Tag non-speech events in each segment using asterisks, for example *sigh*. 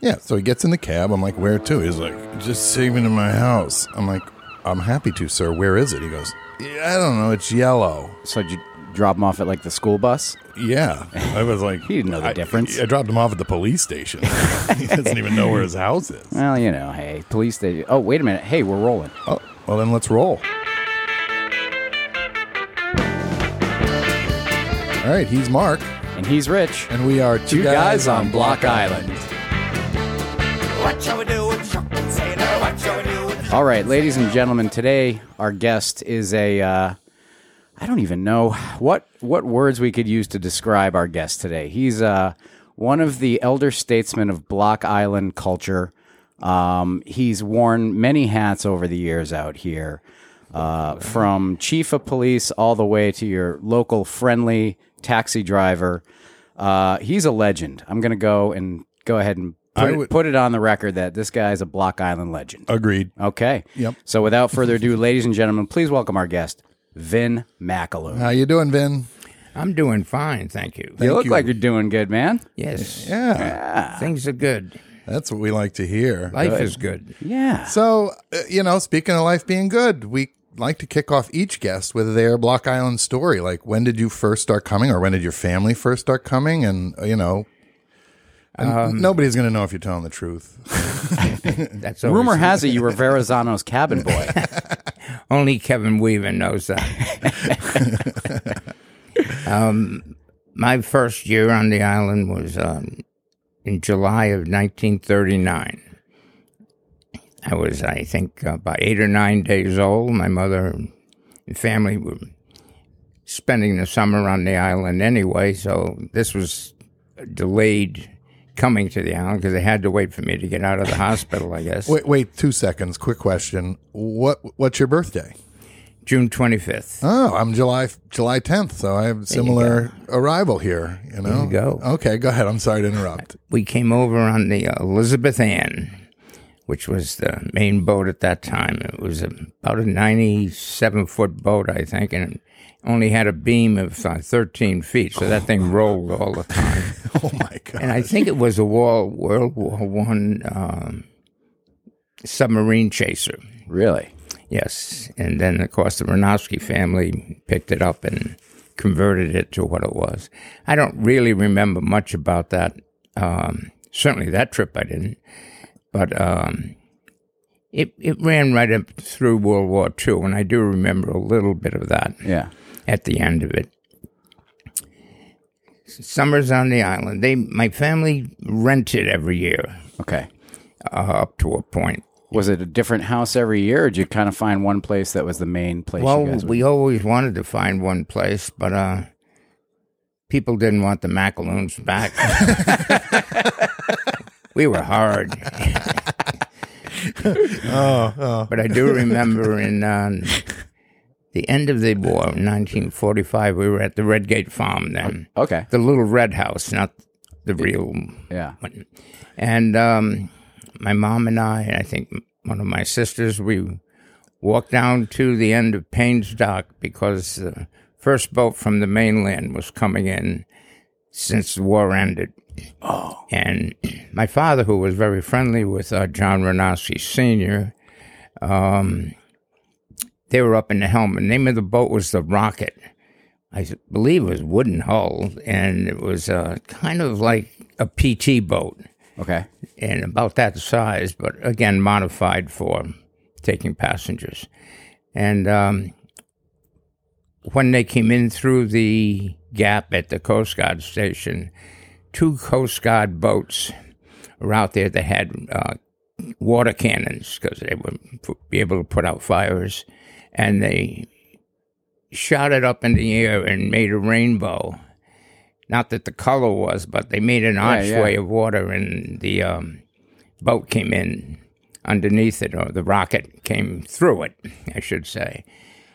Yeah, so he gets in the cab. I'm like, where to? He's like, just take me to my house. I'm like, I'm happy to, sir. Where is it? He goes, yeah, I don't know. It's yellow. So did you drop him off at like the school bus? Yeah. I was *laughs* like, He didn't know the I- difference. I dropped him off at the police station. *laughs* he doesn't even know where his house is. *laughs* Well, you know, hey, police station. Oh, wait a minute. Hey, we're rolling. Oh, well, then let's roll. All right, he's Mark, And he's rich. and we are two, Two guys on Block Island. What shall we do with the drunken sailor? What shall we do with the All right, ladies and gentlemen, today our guest is a uh, I don't even know what what words we could use to describe our guest today. He's uh, one of the elder statesmen of Block Island culture. Um, he's worn many hats over the years out here, uh, from chief of police all the way to your local friendly taxi driver. Uh, he's a legend. I'm going to go and go ahead and I put, would- it, put it on the record that this guy is a Block Island legend. Agreed. Okay. Yep. So without further ado, *laughs* ladies and gentlemen, please welcome our guest, Vin McAloo. How you doing, Vin? I'm doing fine, thank you. you look you. like you're doing good, man. Yes, Yeah, things are good. that's what we like to hear. Life is good. Yeah. So, uh, you know, speaking of life being good, we like to kick off each guest with their Block Island story. Like, when did you first start coming, or when did your family first start coming? And, uh, you know, and Um, nobody's going to know if you're telling the truth. That's always- Rumor *laughs* has it you were Verrazano's cabin boy. only Kevin Weaver knows that. um, my first year on the island was um, in July of 1939. I was, I think, about eight or nine days old. My mother and family were spending the summer on the island anyway, so this was delayed coming to the island because they had to wait for me to get out of the hospital, I guess. Wait, wait, two seconds. Quick question. What What's your birthday? June 25th. Oh, I'm July July 10th, so I have similar arrival here. You know, you go. Okay, go ahead. I'm sorry to interrupt. *laughs* we came over on the Elizabeth Ann, which was the main boat at that time. It was about a 97 foot boat, I think, and it only had a beam of uh, 13 feet, so that thing rolled all the time. Oh my god. *laughs* And I think it was a wall, World War One um, submarine chaser. really? Yes, and then of course the Ronowski family picked it up and converted it to what it was. I don't really remember much about that. Um, certainly that trip I didn't, but um, it it ran right up through World War II, and I do remember a little bit of that Yeah. at the end of it. Summers on the island. They my family rented every year Okay. uh, up to a point. Was it a different house every year, or did you kind of find one place that was the main place? Well, you guys would- we always wanted to find one place, but uh, people didn't want the Macaroons back. *laughs* we were *laughs* hard. Oh, But I do remember in um, the end of the war, 1945, we were at the Redgate Farm then. okay. The little red house, not the real Yeah. one. And um, my mom and I, and I think one of my sisters, we walked down to the end of Payne's Dock because the first boat from the mainland was coming in since the war ended. Oh. And my father, who was very friendly with uh, John Renasci Sr., um, they were up in the helm. The name of the boat was the Rocket. I s- believe it was wooden hull, and it was uh, kind of like a PT boat Okay. and about that size, but again modified for taking passengers. And um, when they came in through the gap at the Coast Guard station, two Coast Guard boats were out there that had uh, water cannons because they would p- be able to put out fires, and they shot it up in the air and made a rainbow. Not that the color was, but they made an archway of water, and the um, boat came in underneath it, or the rocket came through it, I should say.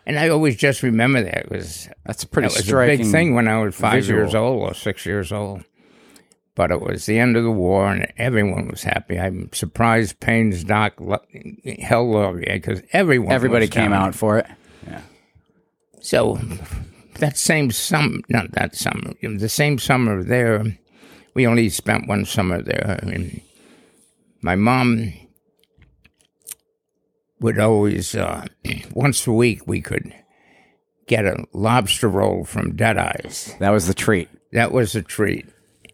And I always just remember that it was That's a pretty that was striking. a big thing when I was five visual. years old or six years old. But it was the end of the war, and everyone was happy. I'm surprised Payne's Doc lo- held Laurier because everyone Everybody was came down. out for it. So that same summer, not that summer, the same summer there, we only spent one summer there, and my mom would always, uh, *clears throat* once a week, we could get a lobster roll from Deadeye's. That was the treat. That was a treat.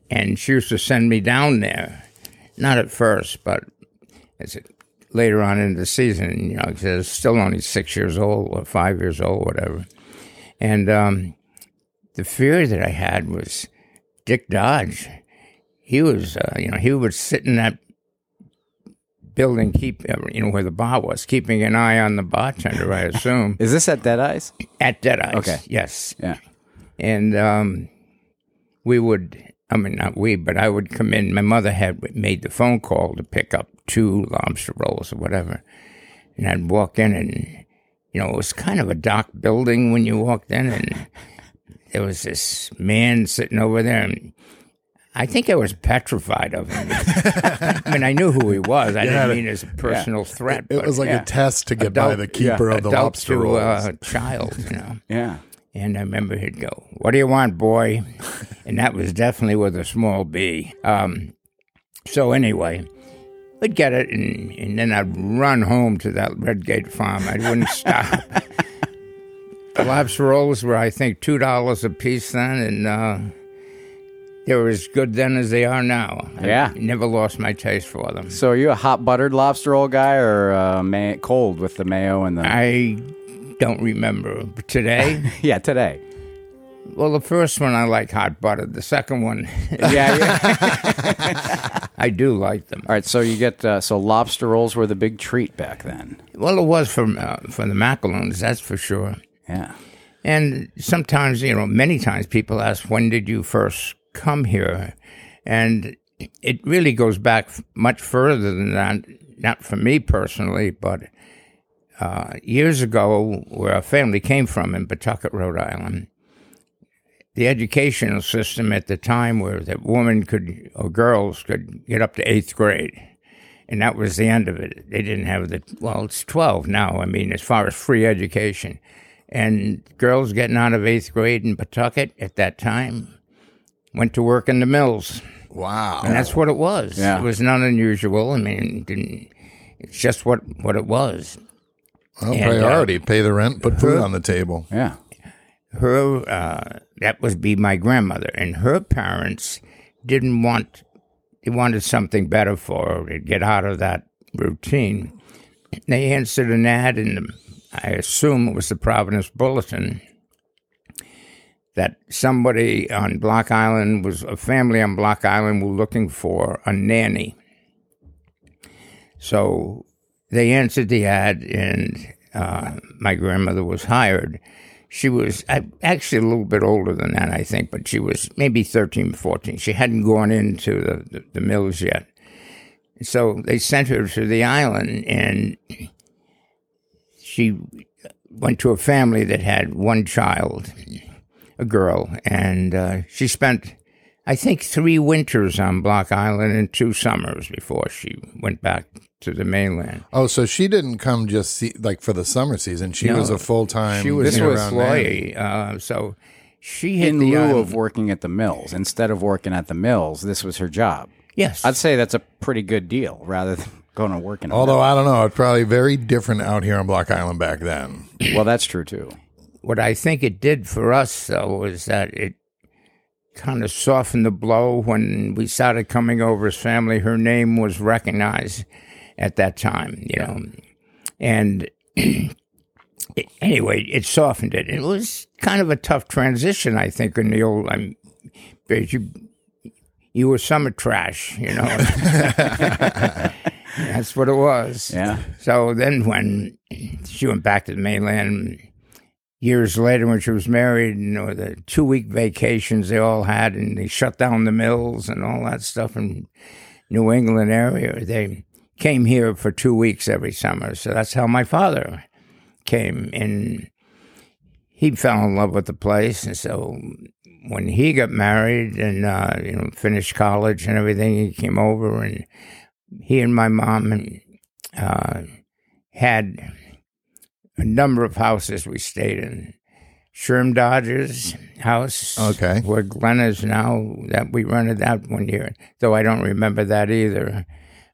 And she used to send me down there, not at first, but as it, later on in the season, you know, 'cause I was still only six years old or five years old, whatever. And um, the fear that I had was Dick Dodge. He was, uh, you know, he would sit in that building, keep, uh, you know, where the bar was, keeping an eye on the bartender, I *laughs* assume, Is this at Deadeye's? at Deadeye's. Okay. Yes Yeah. and um, we would i mean not we but i would come in my mother had made the phone call to pick up two lobster rolls or whatever and i'd walk in and you know it was kind of a dark building when you walked in and there was this man sitting over there and I think I was petrified of him. I mean, I knew who he was. I didn't mean it as a personal threat. It but was like yeah. a test to get by Adult- the keeper of the adult lobster to, rolls. uh, child, you know. Yeah. And I remember he'd go, What do you want, boy? and that was definitely with a small b. Um, so, anyway, I'd get it, and, and then I'd run home to that Redgate farm. I wouldn't stop. the lobster rolls were, I think, $2 a piece then, and uh, they were as good then as they are now. I Yeah. never lost my taste for them. So are you a hot buttered lobster roll guy or uh, may- cold with the mayo and the? *laughs* I don't remember. Today, yeah, today. well, the first one I like hot butter, the second one. *laughs* Yeah. yeah. I do like them. *laughs* All right, so you get uh, so lobster rolls were the big treat back then. Well, it was from uh, for the macaroons, that's for sure. Yeah. And sometimes, you know, many times people ask, "When did you first come here?" And it really goes back f- much further than that. Not for me personally, but uh, years ago, where our family came from in Pawtucket, Rhode Island, the educational system at the time where that women could or girls could get up to eighth grade and that was the end of it they didn't have the well it's 12 now i mean as far as free education and girls getting out of eighth grade in pawtucket at that time went to work in the mills wow. and that's what it was Yeah. it was not unusual i mean it didn't it's just what what it was Well, and, uh, priority: pay the rent, put food on the table. Yeah. her uh, that would be my grandmother and her parents didn't want they wanted something better for her to get out of that routine they answered an ad in the, i assume it was the providence bulletin that somebody on block island was a family on block island were looking for a nanny so they answered the ad, and uh, my grandmother was hired. She was uh, actually a little bit older than that, I think, but she was maybe 13, 14. She hadn't gone into the, the, the mills yet. So they sent her to the island, and she went to a family that had one child, a girl, and uh, she spent, I think, three winters on Block Island and two summers before she went back to the mainland. Oh, so she didn't come just see, like for the summer season. She No. was a full time. She was This an was employee, uh, so she hit In the lieu island- of working at the um, mills, instead of working at the mills, this was her job. yes. I'd say that's a pretty good deal rather than *laughs* going to work in a Although I don't know, it's probably very different out here on Block Island back then. mill. Well, that's true too. what I think it did for us though was that it kind of softened the blow when we started coming over as family. Her name was recognized at that time, you know, and *clears throat* it, anyway, it softened it. It was kind of a tough transition, I think, in the old. I'm, but you, you were summer trash, you *laughs* know. That's what it was. Yeah. So then when she went back to the mainland years later when she was married and or the two week vacations they all had and they shut down the mills and all that stuff in New England area, they came here for two weeks every summer. So that's how my father came and he fell in love with the place and so when he got married and uh, you know finished college and everything, he came over and he and my mom and uh, had a number of houses we stayed in. Sherm Dodgers house, Okay. where Glenn is now. That we rented that one year, though I don't remember that either.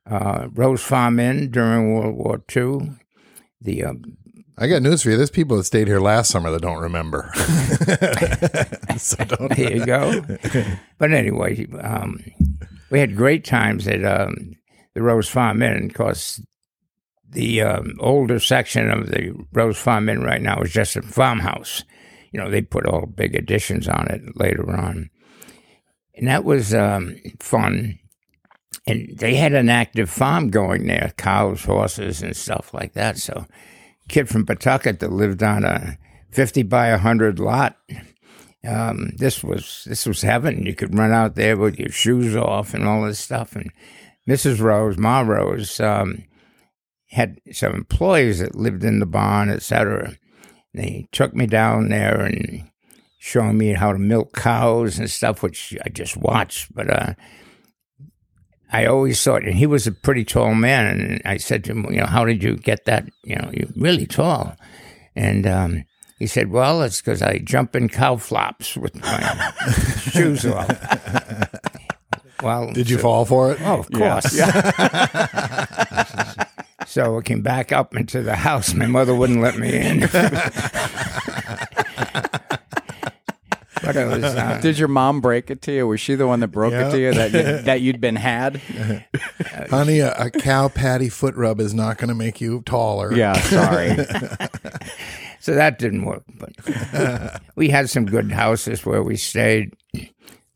uh, Rose Farm Inn during World War II. The uh, I got news for you. There's people that stayed here last summer that don't remember. *laughs* so *laughs* don't. there you go. but anyway, um, we had great times at um, the Rose Farm Inn. Of course, the um, older section of the Rose Farm Inn right now is just a farmhouse. You know, they put all big additions on it later on. And that was um, fun. And they had an active farm going there cows, horses, and stuff like that. So, kid from Pawtucket that lived on a 50 by 100 lot um, this was this was heaven. You could run out there with your shoes off and all this stuff. And Mrs. Rose, Ma Rose, um, had some employees that lived in the barn, etc. They took me down there and showing me how to milk cows and stuff, which I just watched. But uh, I always thought, and he was a pretty tall man, and I said to him, you know, how did you get that? You know, you're really tall. And um, he said, well, it's because I jump in cow flops with *laughs* my shoes off. well, Did you fall for it? Oh, of course. so I came back up into the house. My mother wouldn't let me in. but it was. Uh, Did your mom break it to you? Was she the one that broke it to Yeah. you that you, that you'd been *laughs* had? honey, a, a cow patty foot rub is not going to make you taller. Yeah, sorry. so that didn't work. But we had some good houses where we stayed.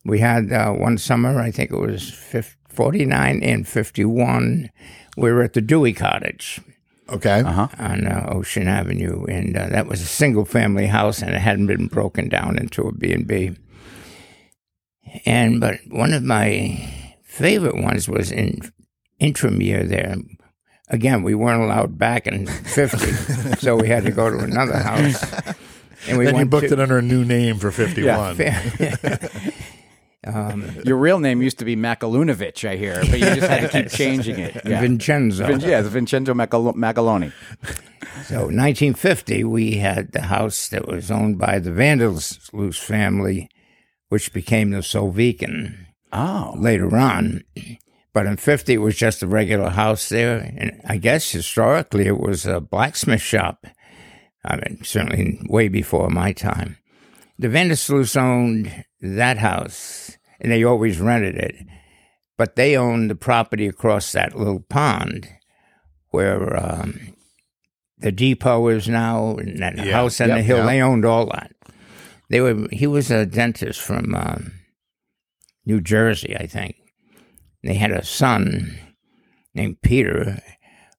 We had uh, one summer, I think it was 50, 49 and 51. We were at the Dewey Cottage. Okay. on uh, Ocean Avenue, and uh, that was a single-family house, and it hadn't been broken down into a B and B. And but one of my favorite ones was in Intramere. There, again, we weren't allowed back in '50, so we had to go to another house. And we Then you went booked to, it under a new name for 51. Your real name used to be Macalunovich, I hear, but you just had to *laughs* keep changing it. Yeah, Vincenzo. Vin- yeah it's Vincenzo Macal- Macaloni. So, 1950, we had the house that was owned by the Vandalus family, which became the Solviken. Oh, later on. But in 50, it was just a regular house there. And I guess historically, it was a blacksmith shop. I mean, certainly way before my time. The Vandersloos owned that house, and they always rented it. But they owned the property across that little pond where um, the depot is now, and that Yeah. house on the Yep. hill. Yeah. They owned all that. They were. He was a dentist from um, New Jersey, I think. They had a son named Peter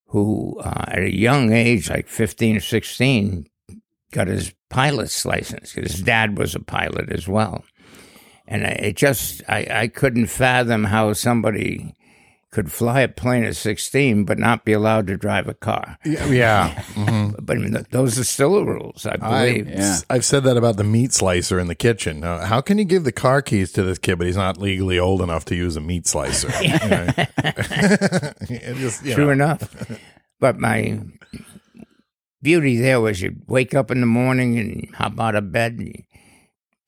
who, uh, at a young age, like 15 or 16, got his pilot's license. His dad was a pilot as well. And I, it just, I, I couldn't fathom how somebody could fly a plane at 16 but not be allowed to drive a car. yeah. yeah. Mm-hmm. But I mean, th- those are still the rules, I believe. Yeah. I've said that about the meat slicer in the kitchen. Now, how can you give the car keys to this kid, but he's not legally old enough to use a meat slicer? You know? *laughs* It just, you True know. enough. But my beauty there was you wake up in the morning and hop out of bed and you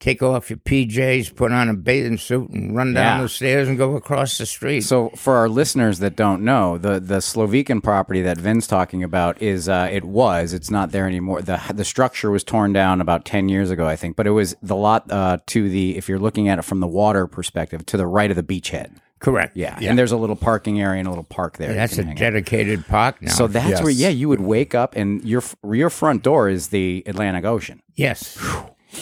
take off your PJs, put on a bathing suit, and run down Yeah. the stairs and go across the street. so for our listeners that don't know, the the Slovakian property that Vin's talking about is uh, it was it's not there anymore. the The structure was torn down about ten years ago, I think, but it was the lot uh, to the if you're looking at it from the water perspective, to the right of the beachhead. Correct. Yeah, and there's a little parking area and a little park there. you That's can a hang out. dedicated park now. So that's Yes. where, yeah, you would wake up and your f- your front door is the Atlantic Ocean. yes.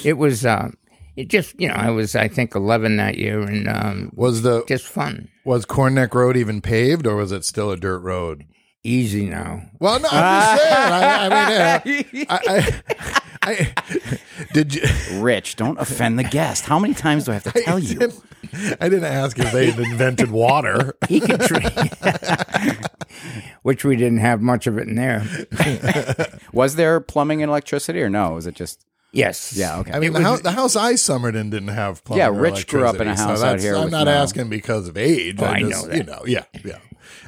It was, uh, it just, you know, I was, I think, 11 that year and um, Was the just fun. was Cornneck Road even paved, or was it still a dirt road? Easy now. Well, no, I'm just saying. I, I mean, yeah, I, I, I, *laughs* did you? Rich, don't offend the guest. How many times do I have to tell you? I didn't ask if they had invented water. He could drink, *laughs* which we didn't have much of it in there. Was there plumbing and electricity or no? Was it just Yes. Yeah, okay. I mean, the, house, the house I summered in didn't have plumbing. Yeah, or Rich grew up in a electricity, house out that's- here I'm with not no- asking because of age. Oh, I just, know that. You know, yeah, yeah.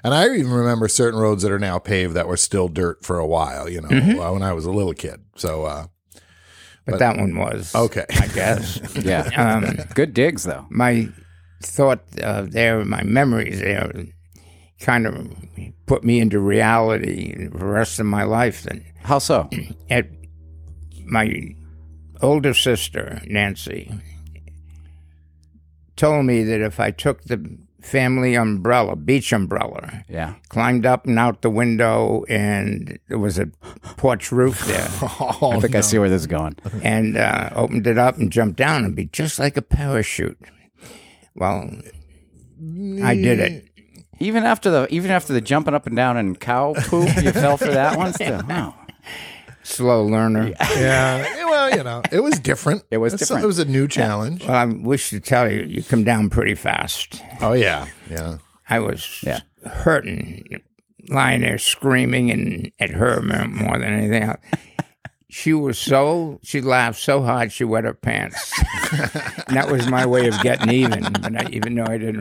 And I even remember certain roads that are now paved that were still dirt for a while. You know, Mm-hmm. uh, when I was a little kid. So uh, But, that one was. okay, I guess. *laughs* yeah. um, Good digs though. my thought uh, there, my memories there kind of put me into reality for the rest of my life. Then How so? at my older sister Nancy told me that if I took the family umbrella, beach umbrella, Yeah. climbed up and out the window, and there was a porch roof there, I think I see where this is going. and uh, opened it up and jumped down and be just like a parachute. Well, I did it. Even after the even after the jumping up and down and cow poop, you fell for that one. Still, wow. Slow learner. *laughs* Yeah. Well, you know, it was different. It was It's- different. It was a new challenge. Well, I wish to tell you, you come down pretty fast. Oh yeah, yeah. I was Yeah. hurting, lying there screaming and at her mo- more than anything else. She was so she laughed so hard she wet her pants. and that was my way of getting even, but I, even though I didn't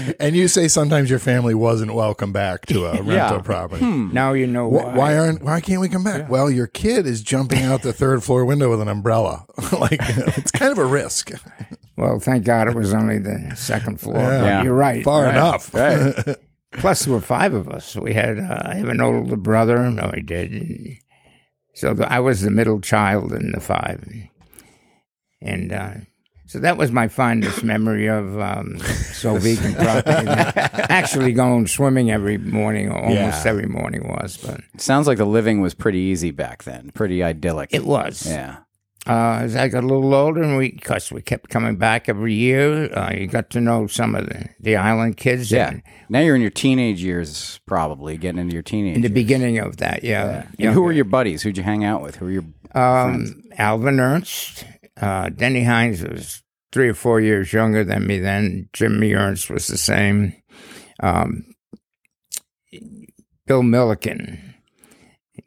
*laughs* It. And you say sometimes your family wasn't welcome back to *laughs* a rental property. Hmm. Now you know Wh- why. Why aren't? Why can't we come back? Well, your kid is jumping out the third floor window with an umbrella. *laughs* *laughs* like it's kind of a risk. Well, thank God it was only the second floor. but Yeah. You're right. Far right. enough. Plus, there were five of us. We had uh, I have an older brother. No, I did. So the, I was the middle child in the five, and uh, so that was my fondest memory of um, *laughs* Solveig property. Actually, going swimming every morning, or almost Yeah. every morning was, but Sounds like the living was pretty easy back then, pretty idyllic. it was. yeah. Uh, as I got a little older, and we, because we kept coming back every year, uh, you got to know some of the, the island kids. Yeah. and Now you're in your teenage years, probably getting into your teenage. in the years. beginning of that, yeah. and who were your buddies? Who'd you hang out with? Who were your? Um, Alvin Ernst, uh, Denny Hines was three or four years younger than me then. Jimmy Ernst was the same. Um, Bill Milliken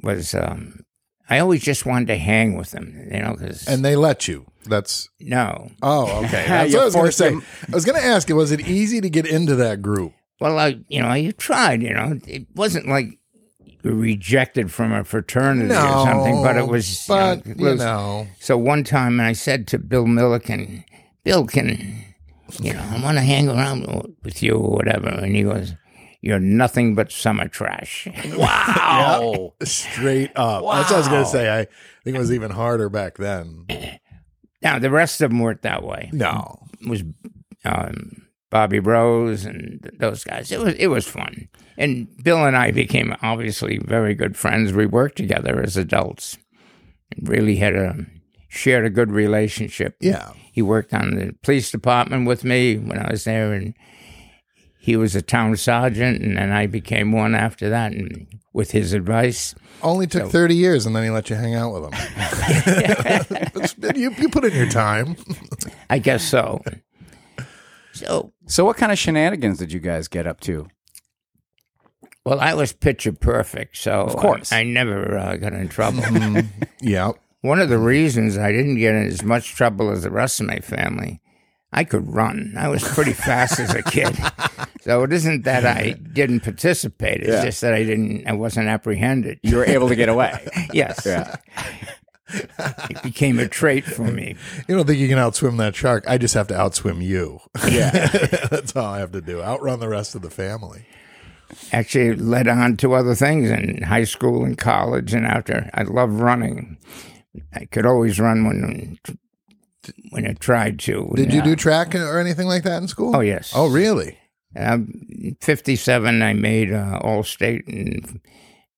was. Um, I always just wanted to hang with him, you know, *laughs* because And they let you. That's no. *laughs* oh okay. That's You what I was going to forced say. them. I was going to ask. Was it easy to get into that group? Well, I, you know, you tried, you know, it wasn't like you were rejected from a fraternity or something, but it was. you know, But uh, it you was- know, So one time I said to Bill Milliken, Bill, can, you know, I want to hang around with you or whatever. And he goes, You're nothing but summer trash. *laughs* Wow. *laughs* straight up. That's what I was going to say. I think it was even harder back then. now, the rest of them weren't that way. No. It was um, Bobby Rose and th- those guys. It was, it was fun. And Bill and I became obviously very good friends. We worked together as adults and really had a shared a good relationship. Yeah. He worked on the police department with me when I was there, and he was a town sergeant, and then I became one after that. And with his advice, Only took 30 years and then he let you hang out with him. It's been- you, you put in your time. I guess so. So, So what kind of shenanigans did you guys get up to? well, I was picture perfect, so of course. I, I never uh, got in trouble. *laughs* Yeah. one of the reasons I didn't get in as much trouble as the rest of my family, I could run. I was pretty fast as a *laughs* kid. So it isn't that I didn't participate. It's just that I didn't. I wasn't apprehended. You were able to get away. *laughs* Yes. Yeah. *laughs* It became a trait for me. You don't think you can outswim that shark. I just have to outswim you. Yeah. *laughs* That's all I have to do. Outrun the rest of the family. Actually, it led on to other things in high school and college and after. I love running. I could always run when when I tried to. Did you do track or anything like that in school? Oh, yes. Oh, really? *laughs* Um, 57, I made uh, all state and,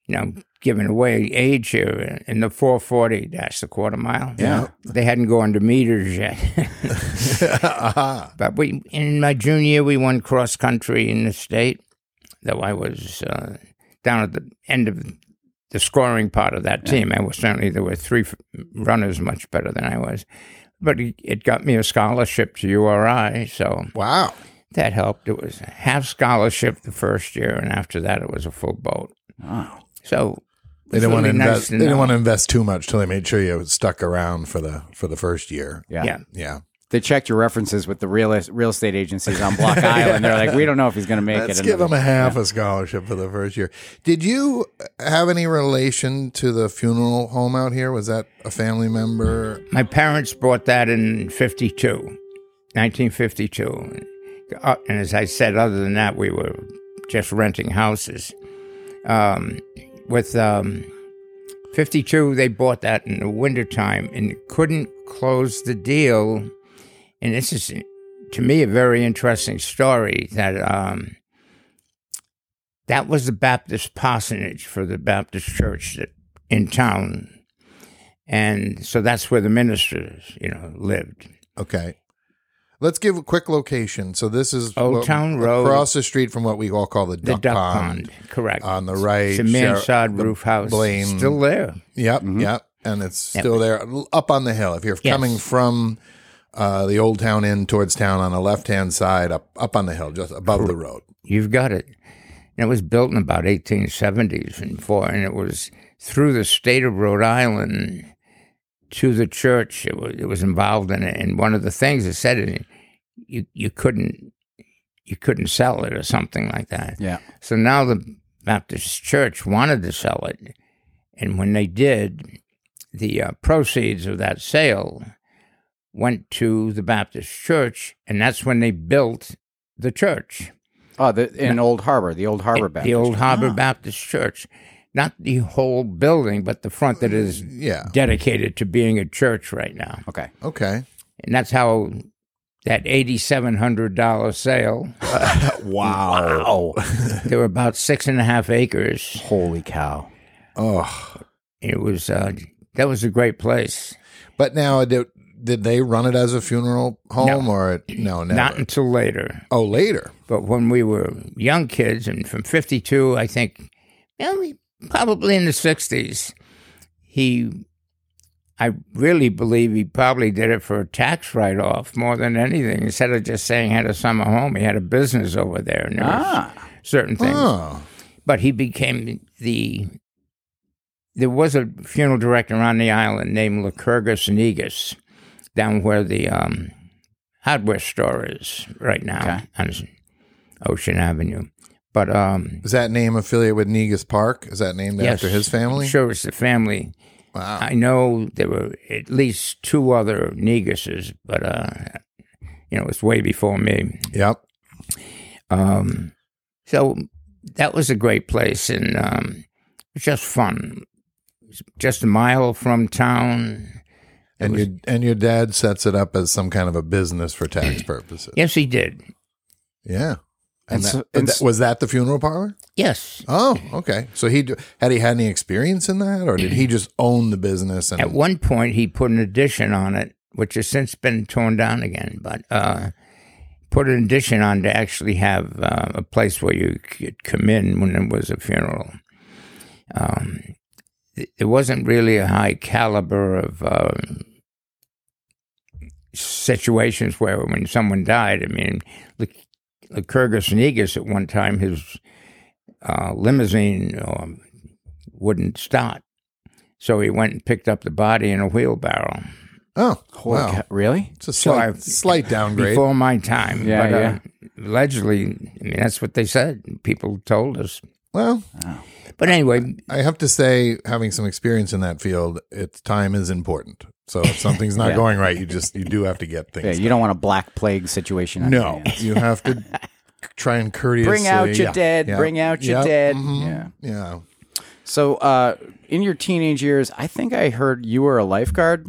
you know, giving away age here in the 440 dash the quarter mile. Yeah. They hadn't gone to meters yet. *laughs* But we, in my junior year, we won cross country in the state, though I was uh, down at the end of the scoring part of that team. I was certainly, there were three f- runners much better than I was. But it- it got me a scholarship to URI, so Wow. that helped. It was a half scholarship the first year, and after that, it was a full boat. Wow. So They didn't it's want to really nice invest. to they didn't know. want to invest too much till they made sure you stuck around for the for the first year. Yeah. Yeah. Yeah. They checked your references with the real real estate agencies on Block Island. They're like, we don't know if he's going to make Let's it. give him a half a scholarship for the first year. Did you have any relation to the funeral home out here? Was that a family member? My parents bought that in 52, 1952. Uh, And as I said, other than that, we were just renting houses. Um, with um, 52, they bought that in the wintertime and couldn't close the deal. And this is, to me, a very interesting story that um, that was the Baptist parsonage for the Baptist church that, in town. And so that's where the ministers, you know, lived. Okay. Let's give a quick location. So this is Old what- Town Road. across the street from what we all call the The duck, duck pond. Uh, pond. correct. on the right. It's a mansard Sher- roof house. Blaine- Still there. Yep, Mm-hmm. yep. And it's still there, l- up on the hill. If you're coming from uh, the old town in towards town on the left hand side, up up on the hill, just above the road. You've got it. And it was built in about 1870s and four, and it was through the state of Rhode Island to the church. It was, it was involved in it, and one of the things it said in it, you you couldn't you couldn't sell it or something like that. Yeah. So now the Baptist Church wanted to sell it, and when they did, the uh, proceeds of that sale went to the Baptist Church, and that's when they built the church. Oh, the, in Old Harbor, the Old Harbor Baptist. Ah. The old Harbor Baptist Church. Not the whole building, but the front that is Yeah. dedicated to being a church right now. okay. Okay. And that's how that $8,700 *laughs* sale, Wow. there were about six and a half acres. Holy cow. Oh, It was, uh, that was a great place. but now did, did they run it as a funeral home or it, no? Never. Not until later. oh, later. But when we were young kids, and from 52, I think, well, we- probably in the 60s, he, I really believe he probably did it for a tax write off more than anything. Instead of just saying he had a summer home, he had a business over there and there was Ah. certain things. Oh, But he became the, there was a funeral director on the island named Lycurgus Negus down where the um, hardware store is right now Okay. on Ocean Avenue. But um, is that name affiliated with Negus Park? Is that named yes, after his family? Oh. I'm sure, it's the family. Wow. I know there were at least two other Neguses, but uh, you know it's way before me. Yep. Um, so that was a great place, and um, it was just fun. Just a mile from town. And your and your dad sets it up as some kind of a business for *clears throat* tax purposes. Yes, he did. Yeah. And And, that, so- and and that- s- was that the funeral parlor? Yes, Oh, okay. So he d- had he had any experience in that, or did he just own the business? And At one point, he put an addition on it, which has since been torn down again, but uh, put an addition on to actually have uh, a place where you could come in when it was a funeral. Um, it- it wasn't really a high caliber of um situations where when someone died, I mean, Lyc- Lycurgus Negus at one time, his uh, limousine um, wouldn't start. So he went and picked up the body in a wheelbarrow oh, Holy wow, cow. Really? it's a So slight, I've- slight downgrade. before my time. Yeah, but, yeah. Uh, allegedly, I mean, that's what they said. People told us. well, But anyway, I have to say, having some experience in that field, it's time is important. So if something's not going right, you just you do have to get Yeah, things. you don't want a black plague situation. on your no, *laughs* hands. you have to try and courteously Bring out your Yeah. dead. Yeah. Bring out your Yep. dead. Mhm. Yeah. Yeah. So, uh, in your teenage years, I think I heard you were a lifeguard.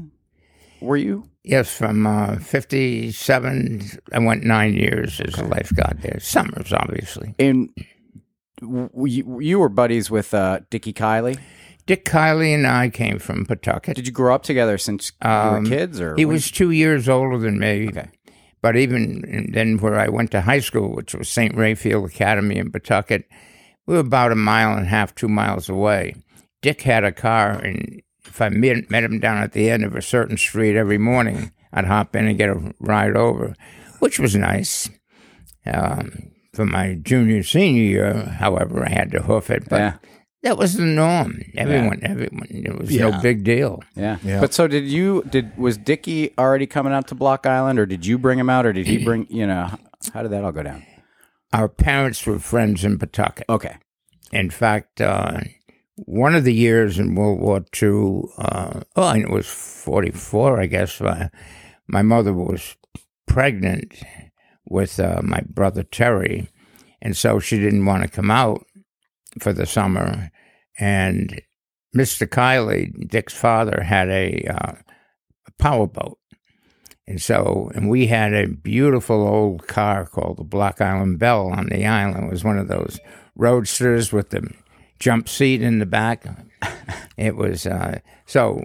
Were you? yes, from uh, 57, I went nine years as a lifeguard there. Summers, obviously. And w- you, you were buddies with uh, Dickie Kiley. Dick Kiley and I came from Pawtucket. Did you grow up together since Um, you were kids, or He when- was two years older than me. Okay. But even and then, where I went to high school, which was St. Rayfield Academy in Pawtucket, we were about a mile and a half, two miles away. Dick had a car, and if I met, met him down at the end of a certain street every morning, I'd hop in and get a ride over, which was nice. Um, for my junior, senior year, however, I had to hoof it, but Yeah. that was the norm. Everyone, everyone, it was Yeah. no big deal. Yeah. Yeah. But so did you did was Dickie already coming out to Block Island or did you bring him out or did he bring you know how did that all go down? Our parents were friends in Pawtucket. Okay. In fact, uh, one of the years in World War II, uh, oh, and it was 44, I guess, my, my mother was pregnant with uh, my brother uh, Terry, And so she didn't want to come out for the summer. And Mr. Kiley, Dick's father, had a, uh, a powerboat. And so, and we had a beautiful old car called the Block Island Bell on the island. It was one of those roadsters with the jump seat in the back. it was, uh, so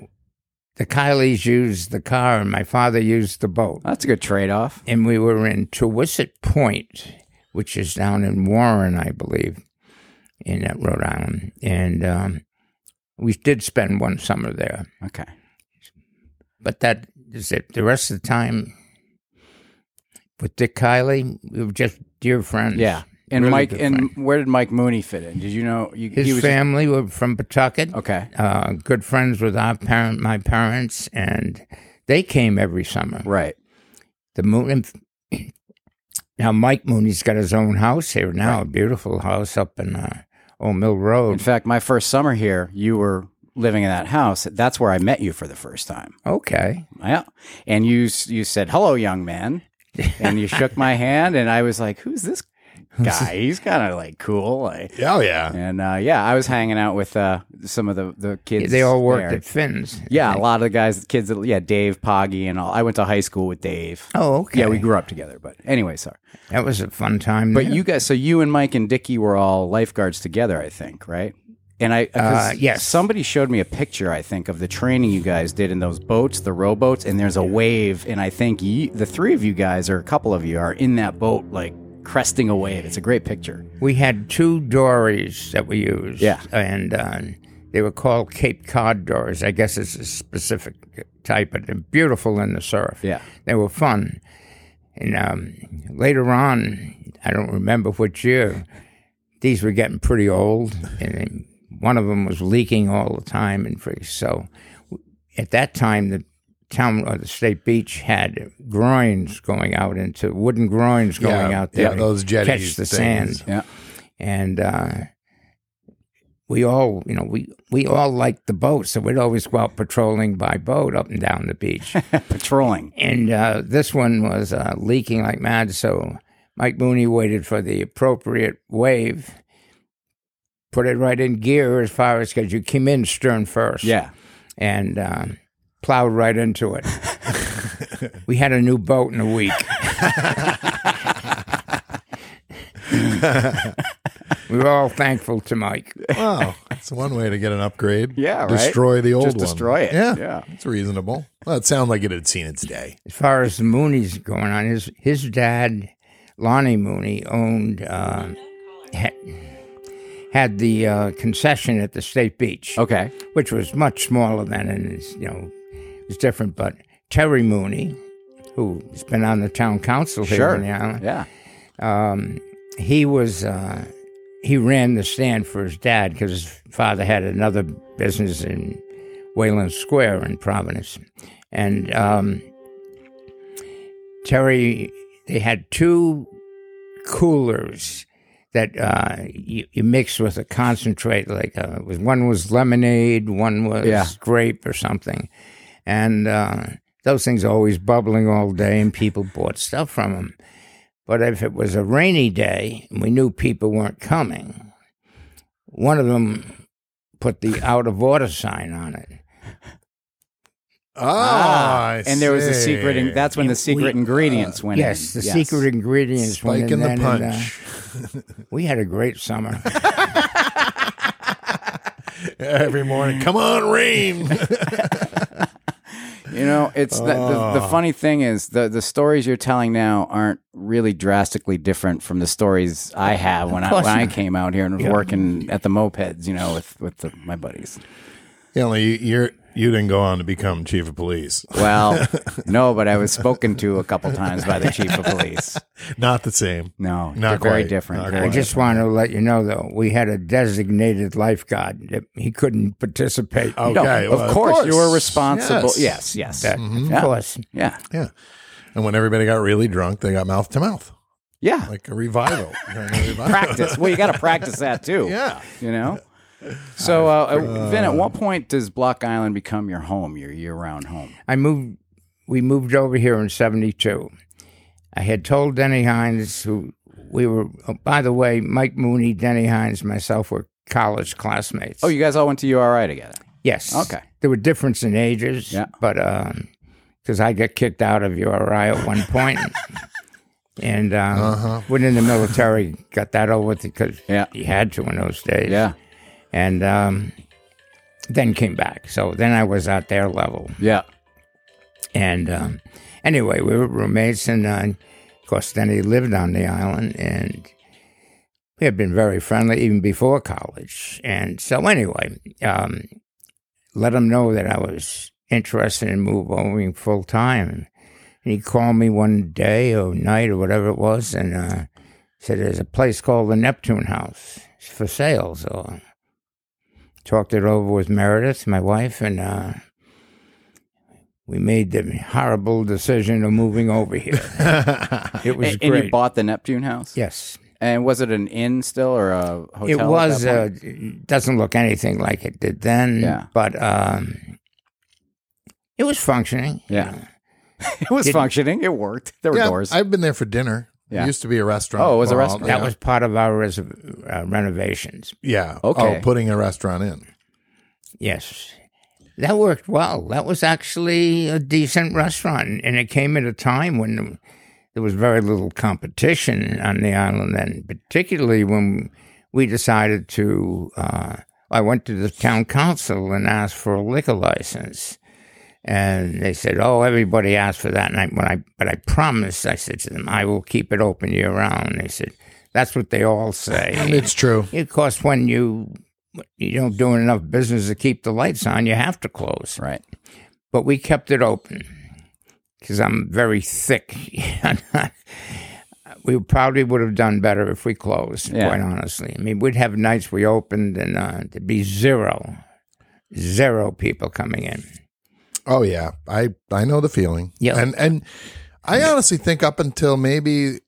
the Kileys used the car and my father used the boat That's a good trade off. and we were in Tewisit Point, which is down in Warren, I believe, in uh, Rhode Island. And um, we did spend one summer there, Okay. but that is it. The rest of the time with Dick Kiley, we were just dear friends. Yeah. And Really Mike, good and friend. where did Mike Mooney fit in? Did you know you, his he was? family were from Pawtucket. okay. Uh, good friends with our parent, my parents, and they came every summer. Right. the moon. *clears throat* Now Mike Mooney's got his own house here now, a beautiful house up in uh, Old Mill In Road. fact, my first summer here, you were living in that house. That's where I met you for the first time. Okay, Yeah. And you s- you said, "Hello, young man," and you shook my hand, and I was like, "Who's this guy? He's kind of like cool." Like, Oh yeah. and uh, yeah, I was hanging out with uh, some of the the kids. they all worked there. at Finn's. I Yeah, a think. lot of the guys, kids. That, yeah, Dave, Poggy, and all. I went to high school with Dave. Oh, okay. Yeah, we grew up together. But anyway, sorry. that was a fun time. But there. you guys, so you and Mike and Dickie were all lifeguards together, I think, right? And I, 'cause Uh, yes. somebody showed me a picture, I think, of the training you guys did in those boats, the rowboats, and there's a wave, and I think ye, the three of you guys or a couple of you are in that boat, like cresting a wave. It's a great picture. we had two dories that we used. Yeah. and uh, they were called Cape Cod dories. I guess it's a specific type, but they're beautiful in the surf. Yeah. they were fun. And um, later on, I don't remember which year, these were getting pretty old, and then one of them was leaking all the time. And free. so, at that time, the town or the state beach had groins going out into wooden groins going Yeah, out there, yeah, those to jetties catch the things. sand, Yeah. *laughs* and. Uh, we all, you know, we, we all liked the boat, so we'd always go out patrolling by boat up and down the beach. Patrolling. And uh, this one was uh, leaking like mad. So Mike Mooney waited for the appropriate wave, put it right in gear as far as because you came in stern first. Yeah. And uh, plowed right into it. we had a new boat in a week. we were all thankful to Mike. Wow. That's one way to get an upgrade. *laughs* Yeah, right? Destroy the old Just one. destroy it. Yeah. Yeah. It's reasonable. Well, it sounds like it had seen its day. as far as the Mooney's going on, his his dad, Lonnie Mooney, owned uh, had, had the uh, concession at the State Beach, Okay. which was much smaller than and it's you know it's different. But Terry Mooney, who's been on the town council here Sure. on the island, Yeah. he was uh, he ran the stand for his dad because his father had another business in Wayland Square in Providence, and um, Terry they had two coolers that uh, you, you mix with a concentrate like uh, it was, one was lemonade, one was Yeah. grape or something, and uh, those things are always bubbling all day, and people bought stuff from them. But if it was a rainy day and we knew people weren't coming, one of them put the out of order sign on it. Oh, I Ah, and there was a see. secret. In, that's when the secret ingredients went in. Yes, the secret ingredients spike went in the then, punch. and, uh, we had a *laughs* great summer. *laughs* Every morning, come on, *laughs* rain. You know, it's the, the, the funny thing is the the stories you're telling now aren't really drastically different from the stories I have when I when course I not. came out here and was working at the mopeds. You know, with with the, my buddies. yeah, only you, you're you didn't go on to become chief of police. Well, *laughs* no, but I was spoken to a couple times by the chief of police. Not the same. No, Not they're very quite. different. Not Very I quite. just want to let you know, though, we had a designated lifeguard. That he couldn't participate. Okay, No, well, of, course, you were responsible. Yes. Yes, yes, That, mm-hmm. Yeah. Of course. yeah, Yeah. And when everybody got really drunk, they got mouth to mouth, yeah. like a revival. *laughs* You know, a revival. practice. Well, you got to practice that too. Yeah. You know? So, uh, uh, Vin, at what point does Block Island become your home, your year round home? I moved. We moved over here in '72. I had told Denny Hines, who we were, oh, by the way, Mike Mooney, Denny Hines, myself were college classmates. Oh, you guys all went to URI together. yes. Okay. There were difference in ages, Yeah. but because I got kicked out of URI at one point. And um, went in the military, got that over with because Uh-huh. Yeah. you had to in those days. Yeah. And um, then came back. So then I was at their level. Yeah. And um, anyway, we were roommates, and uh, of course, then he lived on the island, and we had been very friendly even before college. And so, anyway, um, let him know that I was interested in move over full time. And he called me one day or night or whatever it was, and uh, said, "There's a place called the Neptune House. It's for sale." So, talked it over with Meredith, my wife, and. Uh, we made the horrible decision of moving *laughs* over here. *laughs* it was And, and great. you bought the Neptune house? yes, And was it an inn still or a hotel? it at was. that Uh, point? it doesn't look anything like it did then. Yeah. but um, it was functioning. yeah. uh, *laughs* it was functioning. It worked. There were Yeah, doors. I've been there for dinner. Yeah. It used to be a restaurant. Oh, it was a Well, restaurant. That yeah. was part of our res- uh, renovations. yeah. Okay. Oh, putting a restaurant in. Yes, that worked well. That was actually a decent restaurant, and it came at a time when there was very little competition on the island then, particularly when we decided to. Uh, I went to the town council and asked for a liquor license. And they said, "Oh, everybody asked for that." And I, when I, but I promised, I said to them, "I will keep it open year round." They said, "That's what they all say." *laughs* It's true. Of course, when you you don't do enough business to keep the lights on, you have to close. right. But we kept it open because I'm very thick. *laughs* we probably would have done better if we closed. Yeah. Quite honestly, I mean, we'd have nights we opened and uh, there'd be zero, zero people coming in. Oh yeah, I I know the feeling. Yeah. and and I honestly think up until maybe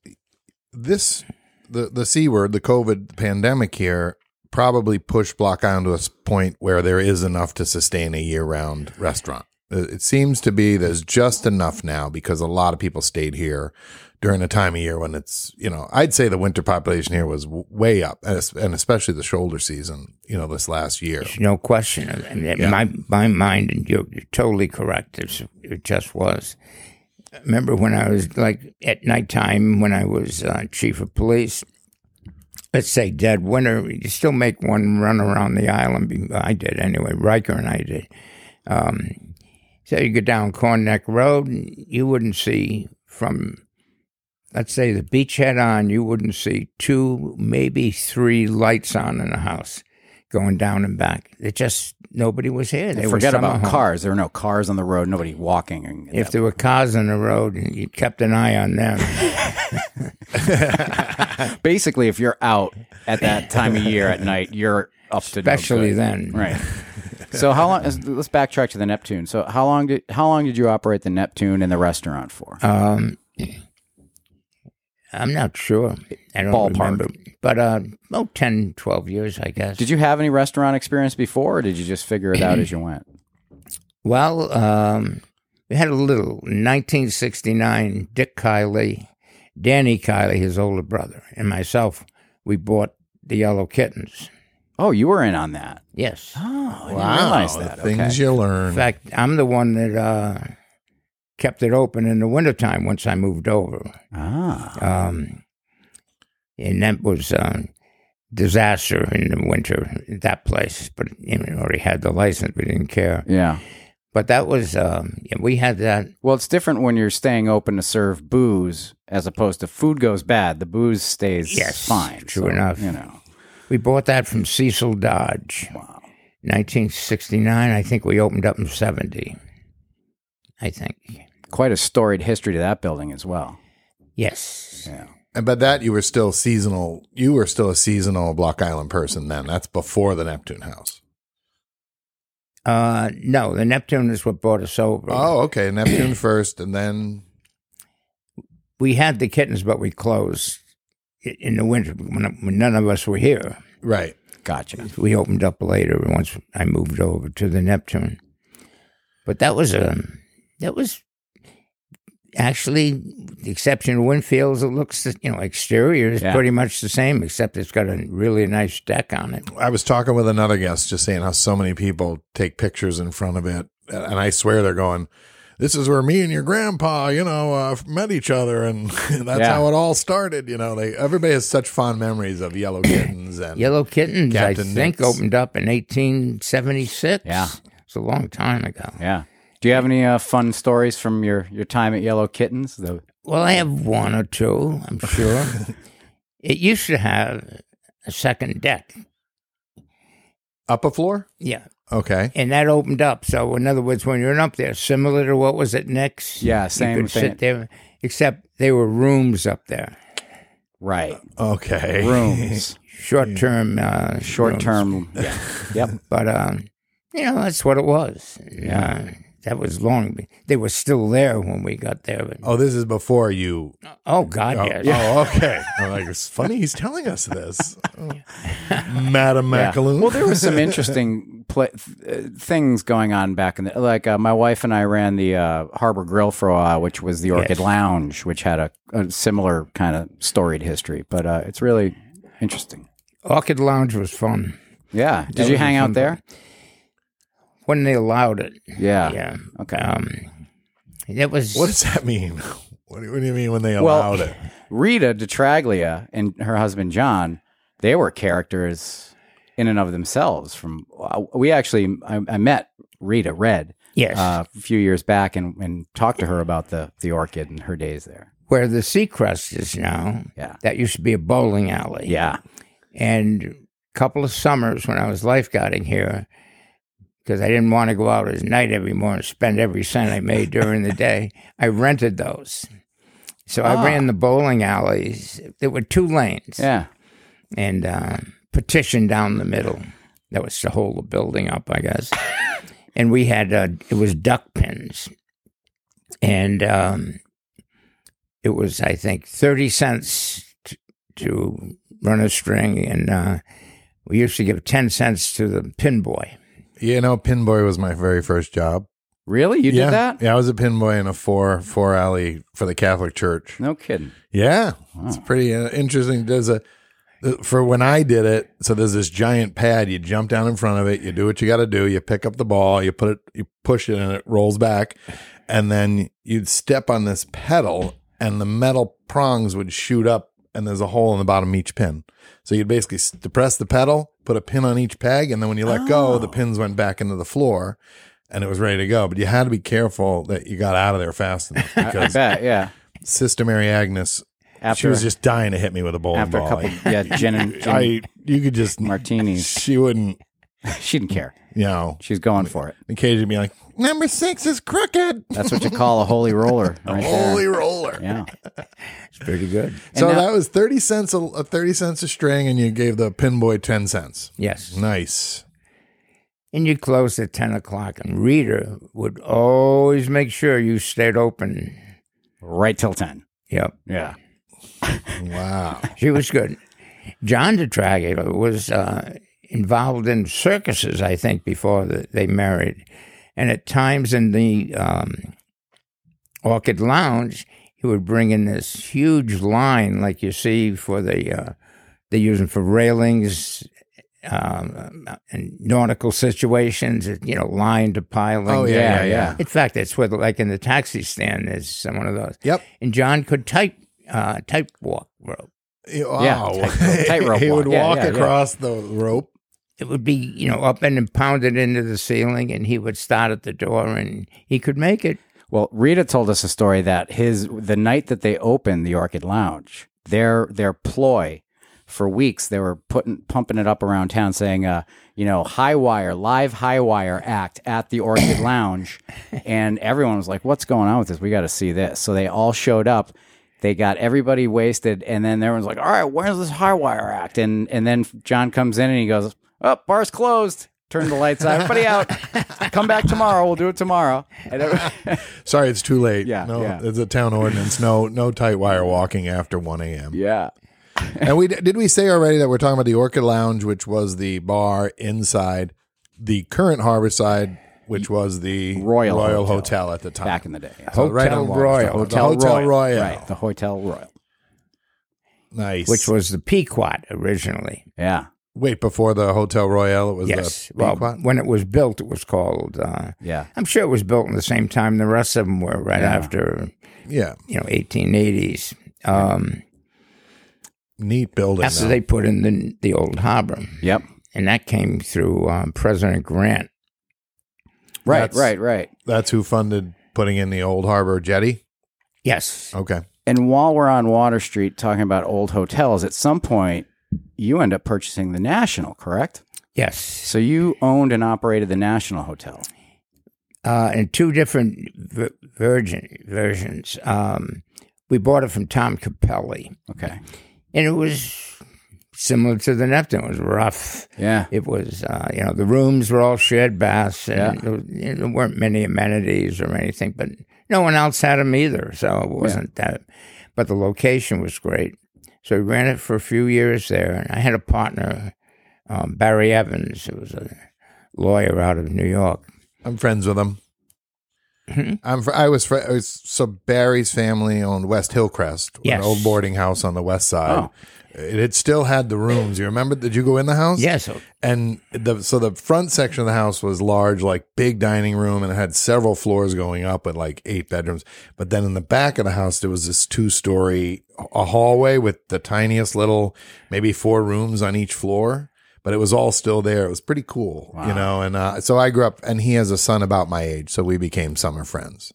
this the the c word, the COVID pandemic here, probably pushed Block Island to a s- point where there is enough to sustain a year round restaurant. Uh, It it seems to be there's just enough now because a lot of people stayed here during a time of year when it's you know I'd say the winter population here was w- way up and es- and especially the shoulder season you know this last year. No question. I mean, Yeah. My my mind, and you're, you're totally correct. It's, it just was. I remember when I was like at nighttime when I was uh, chief of police. Let's say dead winter, you still make one run around the island. be- I did anyway. Riker and I did. Um, so you go down Corn Neck Road, and you wouldn't see from let's say the beachhead on, you wouldn't see two, maybe three lights on in a house going down and back. It just nobody was here. They were Forget summer about home. cars. There were no cars on the road. Nobody walking. And If there were cars on the road, you kept an eye on *laughs* them. basically, if you're out at that time of year at night, you're up to no Especially good. then. Right. *laughs* So how long? is- Let's backtrack to the Neptune. So how long did how long did you operate the Neptune and the restaurant for? Um, I'm not sure. I don't Ballpark. remember. But uh, oh, 10, 12 years, I guess. did you have any restaurant experience before, or did you just figure it out as you went? Well, um, we had a little 1969. Dick Kiley, Danny Kiley, his older brother, and myself, we bought the Yellow Kittens. *clears throat* Oh, you were in on that. Yes. Oh, I didn't realize that. the things okay. you learn. In fact, I'm the one that uh, kept it open in the wintertime once I moved over. ah, Um, and that was um, disaster in the winter at that place. But you know, we already had the license, we didn't care. yeah. But that was um, yeah, we had that. Well, it's different when you're staying open to serve booze as opposed to food goes bad. The booze stays Yes, fine. true enough. You know. We bought that from Cecil Dodge, Wow. 1969. I think we opened up in 70. I think Quite a storied history to that building as well. yes. Yeah. And by that, you were still seasonal. You were still a seasonal Block Island person then. That's before the Neptune House. Uh, no, the Neptune is what brought us over. Oh, okay. *clears throat* Neptune first, and then we had the kittens, but we closed i- in the winter when, when none of us were here. right. Gotcha. We opened up later once I moved over to the Neptune. But that was a that was um, actually, the exception of Winfield's, it looks you know exterior is Yeah. pretty much the same, except it's got a really nice deck on it. I was talking with another guest, just saying how so many people take pictures in front of it, and I swear they're going, "This is where me and your grandpa, you know, uh, met each other, and *laughs* that's Yeah. how it all started." You know, they everybody has such fond memories of *clears throat* Yellow Kittens and Yellow Kittens, I Captain think, Nix. opened up in 1876. Yeah. It's a long time ago. Yeah. Do you have any uh, fun stories from your, your time at Yellow Kittens? The, Well, I have one or two, I'm sure. it used to have a second deck. *laughs* Upper Floor. Yeah. Okay, And that opened up. So, in other words, when you're up there, similar to what was at Nick's. Yeah, you same could thing. Sit there, except they were rooms up there, right. okay, *laughs* Rooms. short term. Uh, Mm. Short rooms. term. *laughs* Yeah. Yep. But, um, you know, that's what it was. Yeah. that was long. be- They were still there when we got there. But, *laughs* Oh, this is before you. oh, God, Oh, yes. oh, *laughs* okay. I'm like, it's funny he's telling us this, Oh. Madam Yeah. Macaloon. Well, there were some interesting pla th- uh, things going on back in the like. Uh, my wife and I ran the uh, Harbor Grill for a while, which was the Orchid Yes. Lounge, which had a, a similar kind of storied history. But uh, it's really interesting. Orchid Lounge was fun Yeah. Did you was hang a out fun there? when they allowed it. Yeah. Yeah. Okay. Um, that *laughs* was what does that mean? What do, what do you mean when they Well- allowed it? Rita DeTraglia and her husband John, they were characters in and of themselves. From uh, we actually, I, I met Rita Red yes, uh, a few years back and, and talked to her about the the orchid and her days there. where the Seacrest is now. Yeah. That used to be a bowling alley. Yeah. And a couple of summers when I was lifeguarding here, because I didn't want to go out at night every morning and spend every cent I made during the day, I rented those. So Ah. I ran the bowling alleys. There were two lanes Yeah. and uh, partition down the middle. That was to hold the building up, I *laughs* guess. and we had uh, it was duck pins, and um, it was I think thirty cents t- to run a string, and uh, we used to give ten cents to the pin boy. You know, pin boy was my very first job. Really? You yeah. did that? Yeah, I was a pin boy in a four four alley for the Catholic Church. No kidding. Yeah, it's pretty uh, interesting. There's a for when I did it. So there's this giant pad. You jump down in front of it. You do what you got to do. You pick up the ball. You put it. You push it, and it rolls back. And then you'd step on this pedal, and the metal prongs would shoot up. And there's a hole in the bottom of each pin. So you'd basically s- depress the pedal, put a pin on each peg, and then when you let go, Oh. the pins went back into the floor, and it was ready to go. But you had to be careful that you got out of there fast enough *laughs* I because bet. Yeah. Sister Mary Agnes. she After- was just dying to hit me with a bowling After a ball. couple, Like, yeah, *laughs* gin and gin I, you could just martinis. She wouldn't, She didn't care. you know. She's going for it. Occasionally, be like, number six is crooked. That's what you call a holy roller. Right there. Holy roller! Yeah. It's pretty good. So now- that was thirty cents a, a thirty cents a string, and you gave the pin boy ten cents. Yes, Nice. and you closed at ten o'clock, and Reader would always make sure you stayed open. Right till 10. Yep. Yeah. *laughs* Wow. She was good. John DeTraglia was uh, involved in circuses, I think, before the, they married. And at times in the um, Orchid Lounge, he would bring in this huge line, like you see for the, uh, they use them for railings. Um, and nautical situations, you know, line to piling. Oh, yeah, yeah, yeah. In fact, that's where, like in the taxi stand, is one of those. Yep. And John could type, uh, type walk rope. Wow. tightrope *laughs* he would walk. Yeah, walk yeah, yeah. across the rope. it would be you know up and pounded into the ceiling and he would start at the door and he could make it Well, Rita told us a story that his the night that they opened the Orchid Lounge, their their ploy for weeks they were putting pumping it up around town, saying, uh, you know, high wire live high wire act at the Orchid Lounge, and everyone was like, "What's going on with this? We got to see this." So they all showed up. They got everybody wasted, and then everyone's like, "All right, where's this high wire act?" And and then John comes in and he goes, "Up, bar's closed." Turn the lights out. Everybody out. Come back tomorrow. We'll do it tomorrow. And every- Sorry, it's too late. Yeah, no, yeah. it's a town ordinance. No, no tight wire walking after one a.m. Yeah. and we did we say already that we're talking about the Orchid Lounge, which was the bar inside the current Harborside which was the Royal Hotel. Hotel. at the time. back in the day. yeah. So right Hotel on Wall Street. Royal. The Hotel Royal. Right, the Hotel Royal. Nice. which was the Pequot originally. Yeah, wait before the Hotel Royal, it was yes. the Well, Pequot? when it was built, it was called. Uh, yeah. I'm sure it was built in the same time the rest of them were, right Yeah. after yeah, you know 1880s. Um, neat building. after though. they put in the the old harbor, Yep. and that came through um, President Grant. Right, That's- right, right. That's who funded putting in the Old Harbor jetty. Yes, Okay, And while we're on Water Street talking about old hotels, at some point you end up purchasing the National, correct? yes. So you owned and operated the National Hotel. uh, in two different ver- virgin versions. Um, we bought it from Tom Capelli, Okay. and it was similar to the Neptune. It was rough. Yeah. It was, uh, you know, the rooms were all shared baths, and Yeah. there, was- you know, there weren't many amenities or anything, but no one else had them either, so it wasn't that. But the location was great, so we ran it for a few years there, and I had a partner, um, Barry Evans, who was a lawyer out of New York. I'm friends with them. Mm-hmm. I'm. Fr- I was. Fr- I was. So Barry's family owned West Hillcrest, Yes. Oh. an old boarding house on the west side. It had still had the rooms. You remember? Did you go in the house? Yes, And the so the front section of the house was large, like big dining room, and it had several floors going up with like eight bedrooms. But then in the back of the house, there was this two story a hallway with the tiniest little, maybe four rooms on each floor. But it was all still there. It was pretty cool, you know. And uh, so I grew up, and he has a son about my age, so we became summer friends.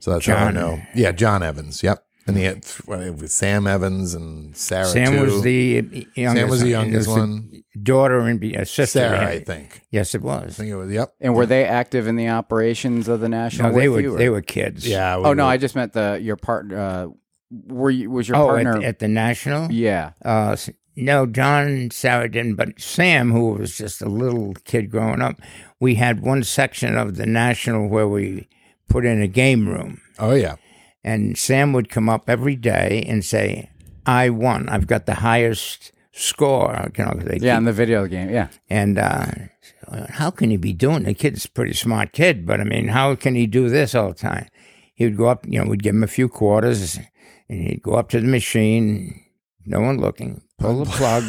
So that's how I John. know. Yeah, John Evans. Yep. And he had well, it was Sam Evans and Sarah. Sam too. was the youngest. Sam was the youngest It was the one. Daughter and be- a sister. Sarah, I think. Yes, it was. I think it was. Yep. And were they active in the operations of the National? No, they with were you, or- they were kids. Yeah. Oh no, I just meant the your partner. Uh, were you was your oh, at- partner? At, the national. yeah. Uh, s- no, John and Sarah didn't, but Sam, who was just a little kid growing up, we had one section of the national where we put in a game room, Oh yeah. and Sam would come up every day and say, "I won. I've got the highest score." You know, they Yeah, keep in the video game. Yeah. And uh, how can he be doing? The kid's a pretty smart kid, but I mean, how can he do this all the time? He would go up, you know, we'd give him a few quarters, and he'd go up to the machine, no one looking, pull the plug,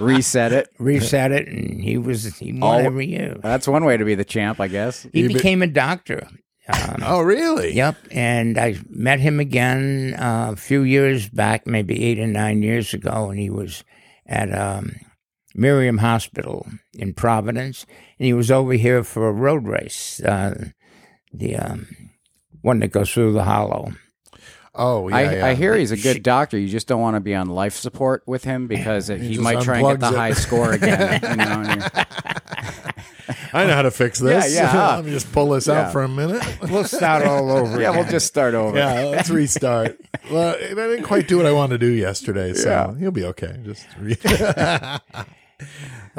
Reset it. reset it, and he was he won All- Uh, every year. That's one way to be the champ, I guess. He be- became a doctor. Oh really? Yep, and I met him again uh, a few years back, maybe eight or nine years ago, and he was at um, Miriam Hospital in Providence, and he was over here for a road race, uh, the um, one that goes through the Hollow. Oh yeah. I, yeah. I hear he's a good doctor. You just don't want to be on life support with him because he, just might try and get the unplugs it. high score again. you know, and you- I know how to fix this. Yeah, yeah. *laughs* Let me just pull this out for a *laughs* minute. *laughs* We'll start all over. yeah, again. we'll just start over. yeah. Let's restart. Well, I didn't quite do what I wanted to do yesterday, so you'll be okay. Just *laughs* re- I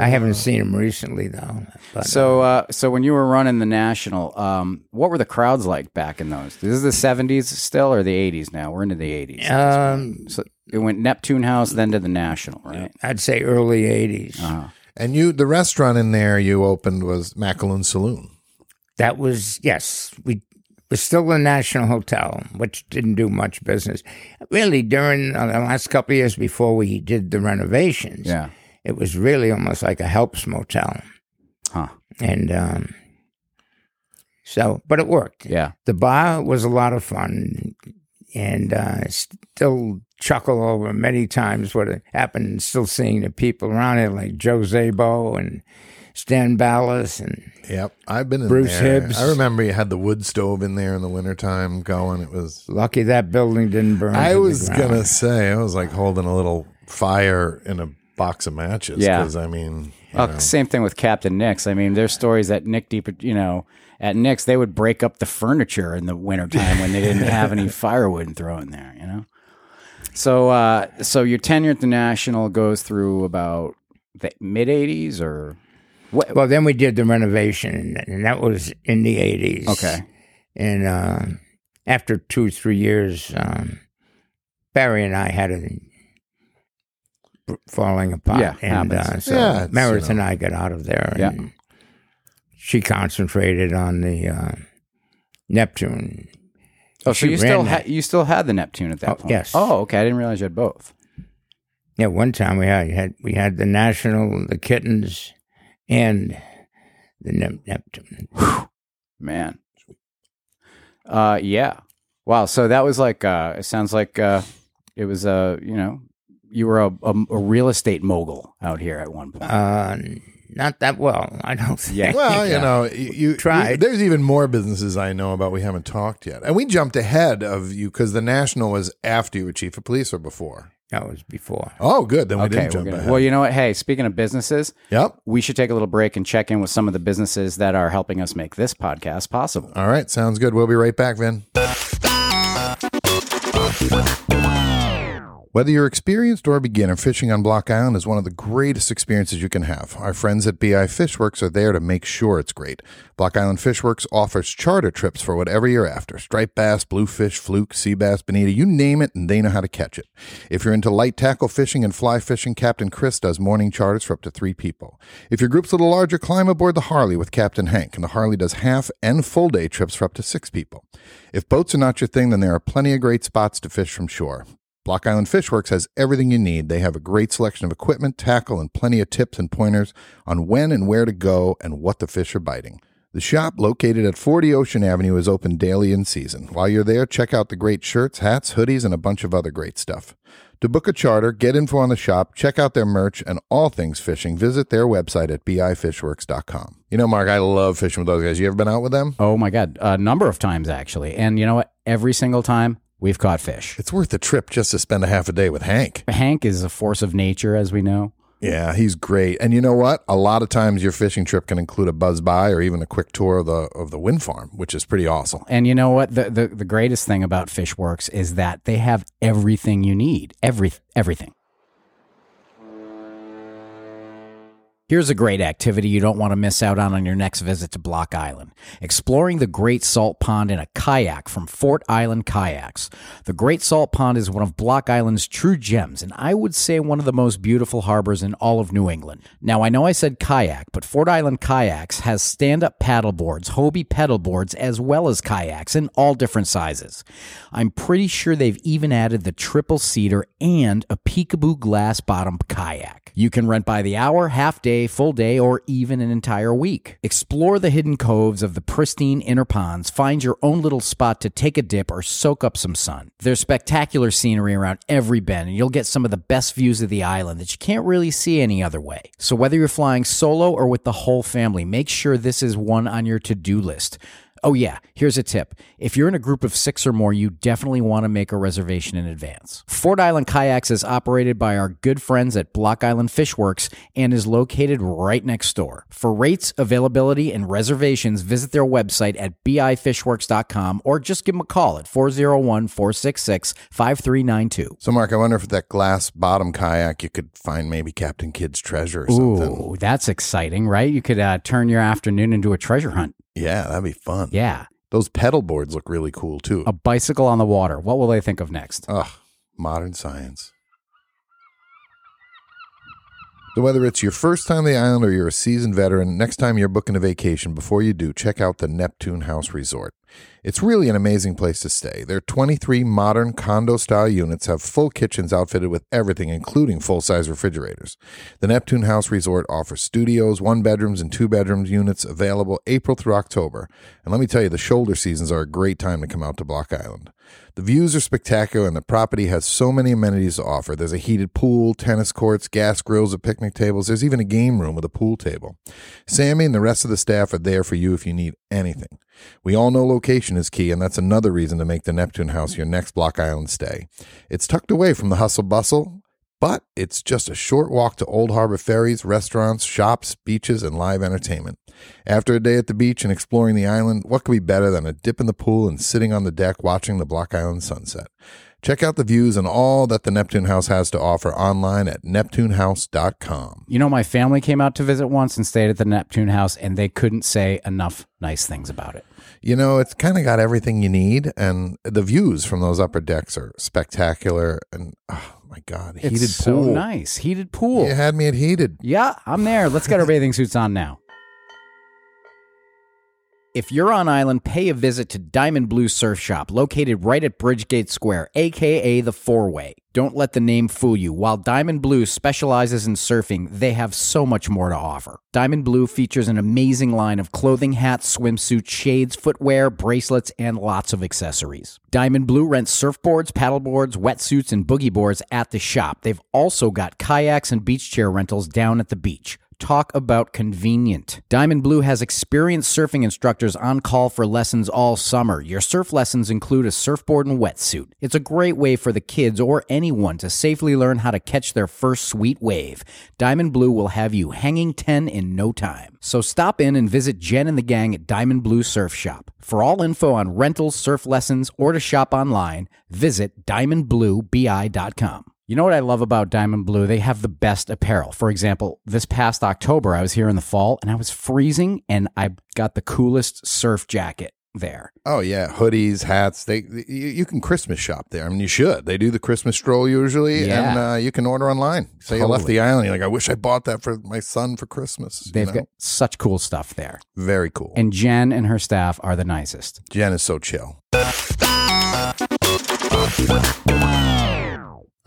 haven't seen him recently though. But, So, uh, so when you were running the national, um, what were the crowds like back in those? This is the seventies still or the eighties now? We're into the eighties. um, so it went Neptune House, then to the National, right? I'd say early '80s. and you, the restaurant in there you opened was Macaloon Saloon. That was yes. We was still the National Hotel, which didn't do much business. Really, during uh, the last couple of years before we did the renovations, Yeah. it was really almost like a helps motel, Huh. and um, so but it worked. Yeah. The bar was a lot of fun, and uh, still chuckle over many times what had happened. and Still seeing the people around it, like Joe Zabo and Stan Ballas and. Yep, I've been in Bruce there. Hibbs. I remember you had the wood stove in there in the wintertime going. It was Lucky that building didn't burn. to I the was ground. gonna say I was like holding a little fire in a box of matches. Yeah. because I mean, Well, Uh, same thing with Captain Nick's. I mean, there's stories that Nick Deep, you know, at Nick's they would break up the furniture in the wintertime when they *laughs* didn't have any firewood and throw it in there, you know. So, uh, so your tenure at the National goes through about the mid '80s, or what? Well, then we did the renovation, and that was in the eighties. Okay, And uh, after two, three years, um, Barry and I had a falling apart. Yeah, and happens. uh, so Yeah, it's, uh, Meredith you know. and I got out of there. Yeah. And she concentrated on the uh, Neptune. Oh, so She you still ran ha- that. you still had the Neptune at that Oh, point? yes. Oh, okay. I didn't realize you had both. Yeah, one time we had, had we had the National, the Kittens, and the Nep- Neptune. Man. Uh, yeah. Wow. So that was like. Uh, it sounds like uh, it was Uh, you know, you were a, a, a real estate mogul out here at one point. Uh, not that well, I don't *laughs* *laughs* think. Yeah. Well, Yeah. you know, you, you Tried. you- there's even more businesses I know about we haven't talked yet, and we jumped ahead of you because the national was after you were chief of police or before. That was before. Oh, good. Then we okay. didn't we're jump gonna- ahead. well, you know what? Hey, speaking of businesses, yep. we should take a little break and check in with some of the businesses that are helping us make this podcast possible. All right. Sounds good. We'll be right back, Vin. Whether you're experienced or a beginner, fishing on Block Island is one of the greatest experiences you can have. Our friends at BI Fishworks are there to make sure it's great. Block Island Fishworks offers charter trips for whatever you're after striped bass, bluefish, fluke, sea bass, bonita, you name it, and they know how to catch it. If you're into light tackle fishing and fly fishing, Captain Chris does morning charters for up to three people. If your group's a little larger, climb aboard the Harley with Captain Hank, and the Harley does half and full day trips for up to six people. If boats are not your thing, then there are plenty of great spots to fish from shore. Block Island Fishworks has everything you need. They have a great selection of equipment, tackle, and plenty of tips and pointers on when and where to go and what the fish are biting. The shop, located at 40 Ocean Avenue, is open daily in season. While you're there, check out the great shirts, hats, hoodies, and a bunch of other great stuff. To book a charter, get info on the shop, check out their merch, and all things fishing, visit their website at bifishworks.com. You know, Mark, I love fishing with those guys. You ever been out with them? Oh my God, a number of times actually, and you know what? Every single time we've caught fish. It's worth the trip just to spend a half a day with Hank. Hank is a force of nature, as we know. Yeah, he's great. And you know what? A lot of times your fishing trip can include a buzz by or even a quick tour of the of the wind farm, which is pretty awesome. And you know what? The, the the greatest thing about Fishworks is that they have everything you need. Every everything. Here's a great activity you don't want to miss out on on your next visit to Block Island. Exploring the Great Salt Pond in a kayak from Fort Island Kayaks. The Great Salt Pond is one of Block Island's true gems, and I would say one of the most beautiful harbors in all of New England. Now, I know I said kayak, but Fort Island Kayaks has stand up paddle boards, Hobie pedal boards, as well as kayaks in all different sizes. I'm pretty sure they've even added the triple seater and a peekaboo glass bottom kayak. You can rent by the hour, half day, full day, or even an entire week. Explore the hidden coves of the pristine inner ponds, find your own little spot to take a dip or soak up some sun. There's spectacular scenery around every bend, and you'll get some of the best views of the island that you can't really see any other way. So, whether you're flying solo or with the whole family, make sure this is one on your to do list. Oh, yeah, here's a tip. If you're in a group of six or more, you definitely want to make a reservation in advance. Fort Island Kayaks is operated by our good friends at Block Island Fishworks and is located right next door. For rates, availability, and reservations, visit their website at bifishworks.com or just give them a call at 401 466 5392. So Mark, I wonder if that glass bottom kayak you could find maybe Captain Kidd's treasure or something. Ooh, that's exciting, right? You could uh, turn your afternoon into a treasure hunt. Yeah, that'd be fun. Yeah. Those pedal boards look really cool too. A bicycle on the water. What will they think of next? Ugh, modern science. So, whether it's your first time on the island or you're a seasoned veteran, next time you're booking a vacation, before you do, check out the Neptune House Resort. It's really an amazing place to stay. Their 23 modern condo style units have full kitchens outfitted with everything, including full size refrigerators. The Neptune House Resort offers studios, one bedrooms, and two bedrooms units available April through October. And let me tell you, the shoulder seasons are a great time to come out to Block Island. The views are spectacular, and the property has so many amenities to offer. There's a heated pool, tennis courts, gas grills, and picnic tables. There's even a game room with a pool table. Sammy and the rest of the staff are there for you if you need anything. We all know location is key, and that's another reason to make the Neptune House your next Block Island stay. It's tucked away from the hustle bustle, but it's just a short walk to Old Harbor ferries, restaurants, shops, beaches, and live entertainment. After a day at the beach and exploring the island, what could be better than a dip in the pool and sitting on the deck watching the Block Island sunset? Check out the views and all that the Neptune House has to offer online at neptunehouse.com. You know, my family came out to visit once and stayed at the Neptune House, and they couldn't say enough nice things about it. You know, it's kind of got everything you need, and the views from those upper decks are spectacular. And oh my God, It's heated so pool. nice. Heated pool. You Yeah. had me at heated. I'm there. Let's get our bathing suits on now. If you're on island, pay a visit to Diamond Blue Surf Shop, located right at Bridgegate Square, aka the Four Way. Don't let the name fool you. While Diamond Blue specializes in surfing, they have so much more to offer. Diamond Blue features an amazing line of clothing, hats, swimsuits, shades, footwear, bracelets, and lots of accessories. Diamond Blue rents surfboards, paddleboards, wetsuits, and boogie boards at the shop. They've also got kayaks and beach chair rentals down at the beach. Talk about convenient. Diamond Blue has experienced surfing instructors on call for lessons all summer. Your surf lessons include a surfboard and wetsuit. It's a great way for the kids or anyone to safely learn how to catch their first sweet wave. Diamond Blue will have you hanging 10 in no time. So stop in and visit Jen and the gang at Diamond Blue Surf Shop. For all info on rentals, surf lessons, or to shop online, visit diamondbluebi.com. You know what I love about Diamond Blue? They have the best apparel. For example, this past October, I was here in the fall and I was freezing and I got the coolest surf jacket there. Oh yeah, hoodies, hats. They you, you can Christmas shop there. I mean, you should. They do the Christmas stroll usually, Yeah. and uh, you can order online. So you left Totally. the island, you're like, I wish I bought that for my son for Christmas. you They've know? got such cool stuff there. very cool. And Jen and her staff are the nicest. Jen is so chill.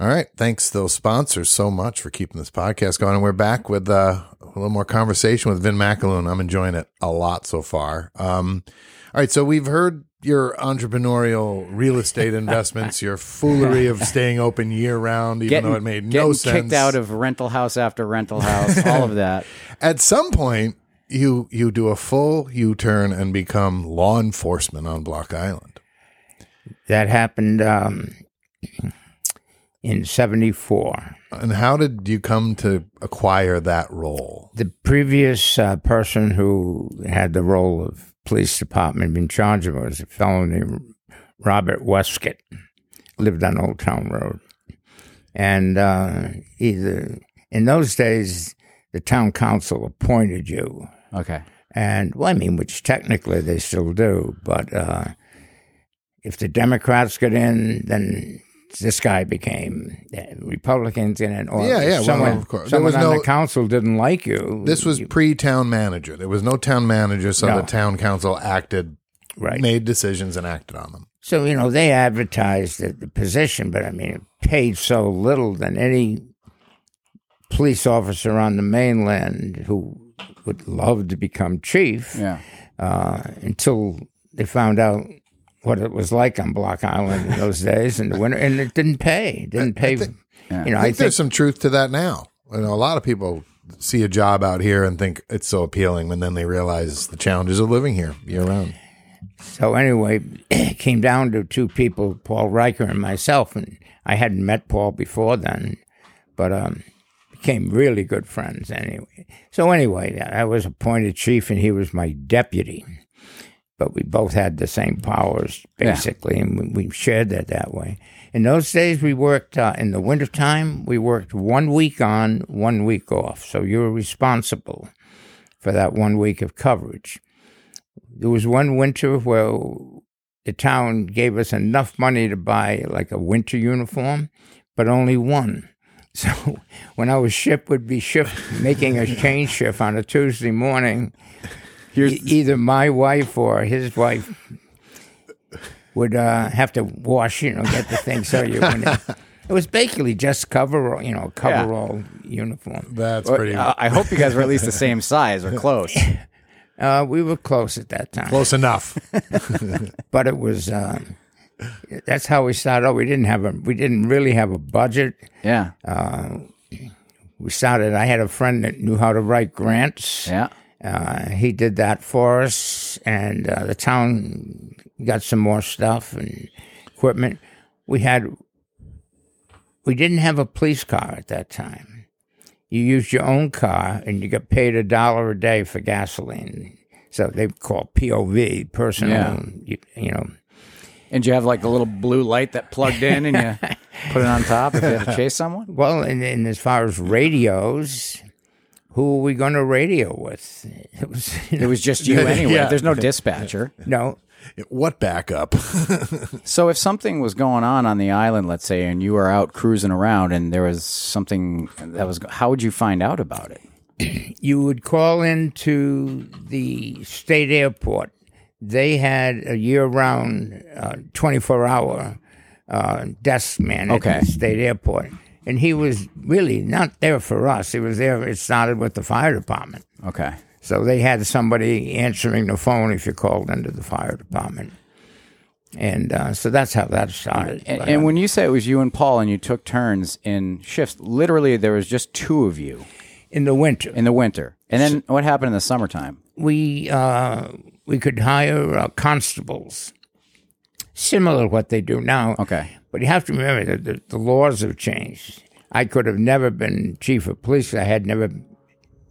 All right. Thanks to those sponsors so much for keeping this podcast going. And we're back with uh, a little more conversation with Vin McAloon. I'm enjoying it a lot so far. Um, all right. So we've heard your entrepreneurial real estate investments, your foolery of staying open year round, even though it made no getting sense. kicked out of rental house after rental house, all *laughs* of that. At some point, you you do a full U turn and become law enforcement on Block Island. That happened um, in 74. And how did you come to acquire that role? The previous uh, person who had the role of police department in charge of it was a fellow named Robert Westcott, lived on Old Town Road. And uh, either in those days, the town council appointed you Okay. and well, I mean, which technically they still do, but uh, if the Democrats get in, then this guy became uh, Republicans in it, or Yeah, if yeah, well, someone, of course. There someone was on no- the council didn't like you. This was you- pre town manager. There was no town manager, so No. the town council acted, right. made decisions, and acted on them. So you know they advertised the, the position, but I mean, it paid so little than any police officer on the mainland who would love to become chief. Yeah. uh, until they found out what it was like on Block Island in those days in the winter, and it didn't pay. It didn't pay. You I know, I think, think, there's some truth to that now. You know, a lot of people see a job out here and think it's so appealing, and then they realize the challenges of living here year round. so. Anyway, *clears throat* it came down to two people, Paul Riker and myself, and I hadn't met Paul before then, but um, became really good friends anyway. So anyway, I was appointed chief, and he was my deputy. But we both had the same powers, basically, and we, we shared that that way. In those days, we worked uh, in the wintertime, we worked one week on, one week off. So you were responsible for that one week of coverage. There was one winter where the town gave us enough money to buy like a winter uniform, but only one. *laughs* So when I was shipped, would be shift making a change shift on a Tuesday morning. e- either my wife or his wife would uh, have to wash, you know, get the thing so you. When it, it was basically just coverall, you know, coverall uniform. That's pretty I I hope you guys were at least the same size or *laughs* close. Uh, we were close at that time. close enough. but it was uh, that's how we started out. We didn't have a we didn't really have a budget. Yeah. We started. I had a friend that knew how to write grants. Yeah. Uh, he did that for us, and uh, the town got some more stuff and equipment. We had we didn't have a police car at that time. You used your own car, and you got paid a dollar a day for gasoline. So they call POV personal, Yeah. you, you know, And you have like the little blue light that plugged in and *laughs* you put it on top if you have to chase someone? Well, and, and as far as radios, who are we going to radio with? *laughs* It was you It know, was just *laughs* you anyway. Yeah. There's no dispatcher. no. what backup? So if something was going on on the island, let's say, and you were out cruising around and there was something that was, how would you find out about it? You would call into the state airport. they had a year-round, uh, 24-hour uh, desk man at Okay. the state airport, and he was really not there for us. He was there. It started with the fire department, Okay. so they had somebody answering the phone if you called into the fire department, and uh, so that's how that started. And, But, and uh, when you say it was you and Paul and you took turns in shifts, literally there was just two of you in the winter, in the winter. And then what happened in the summertime? we uh, we could hire uh, constables, similar to what they do now. Okay. but you have to remember that the, the laws have changed. I could have never been chief of police. I had never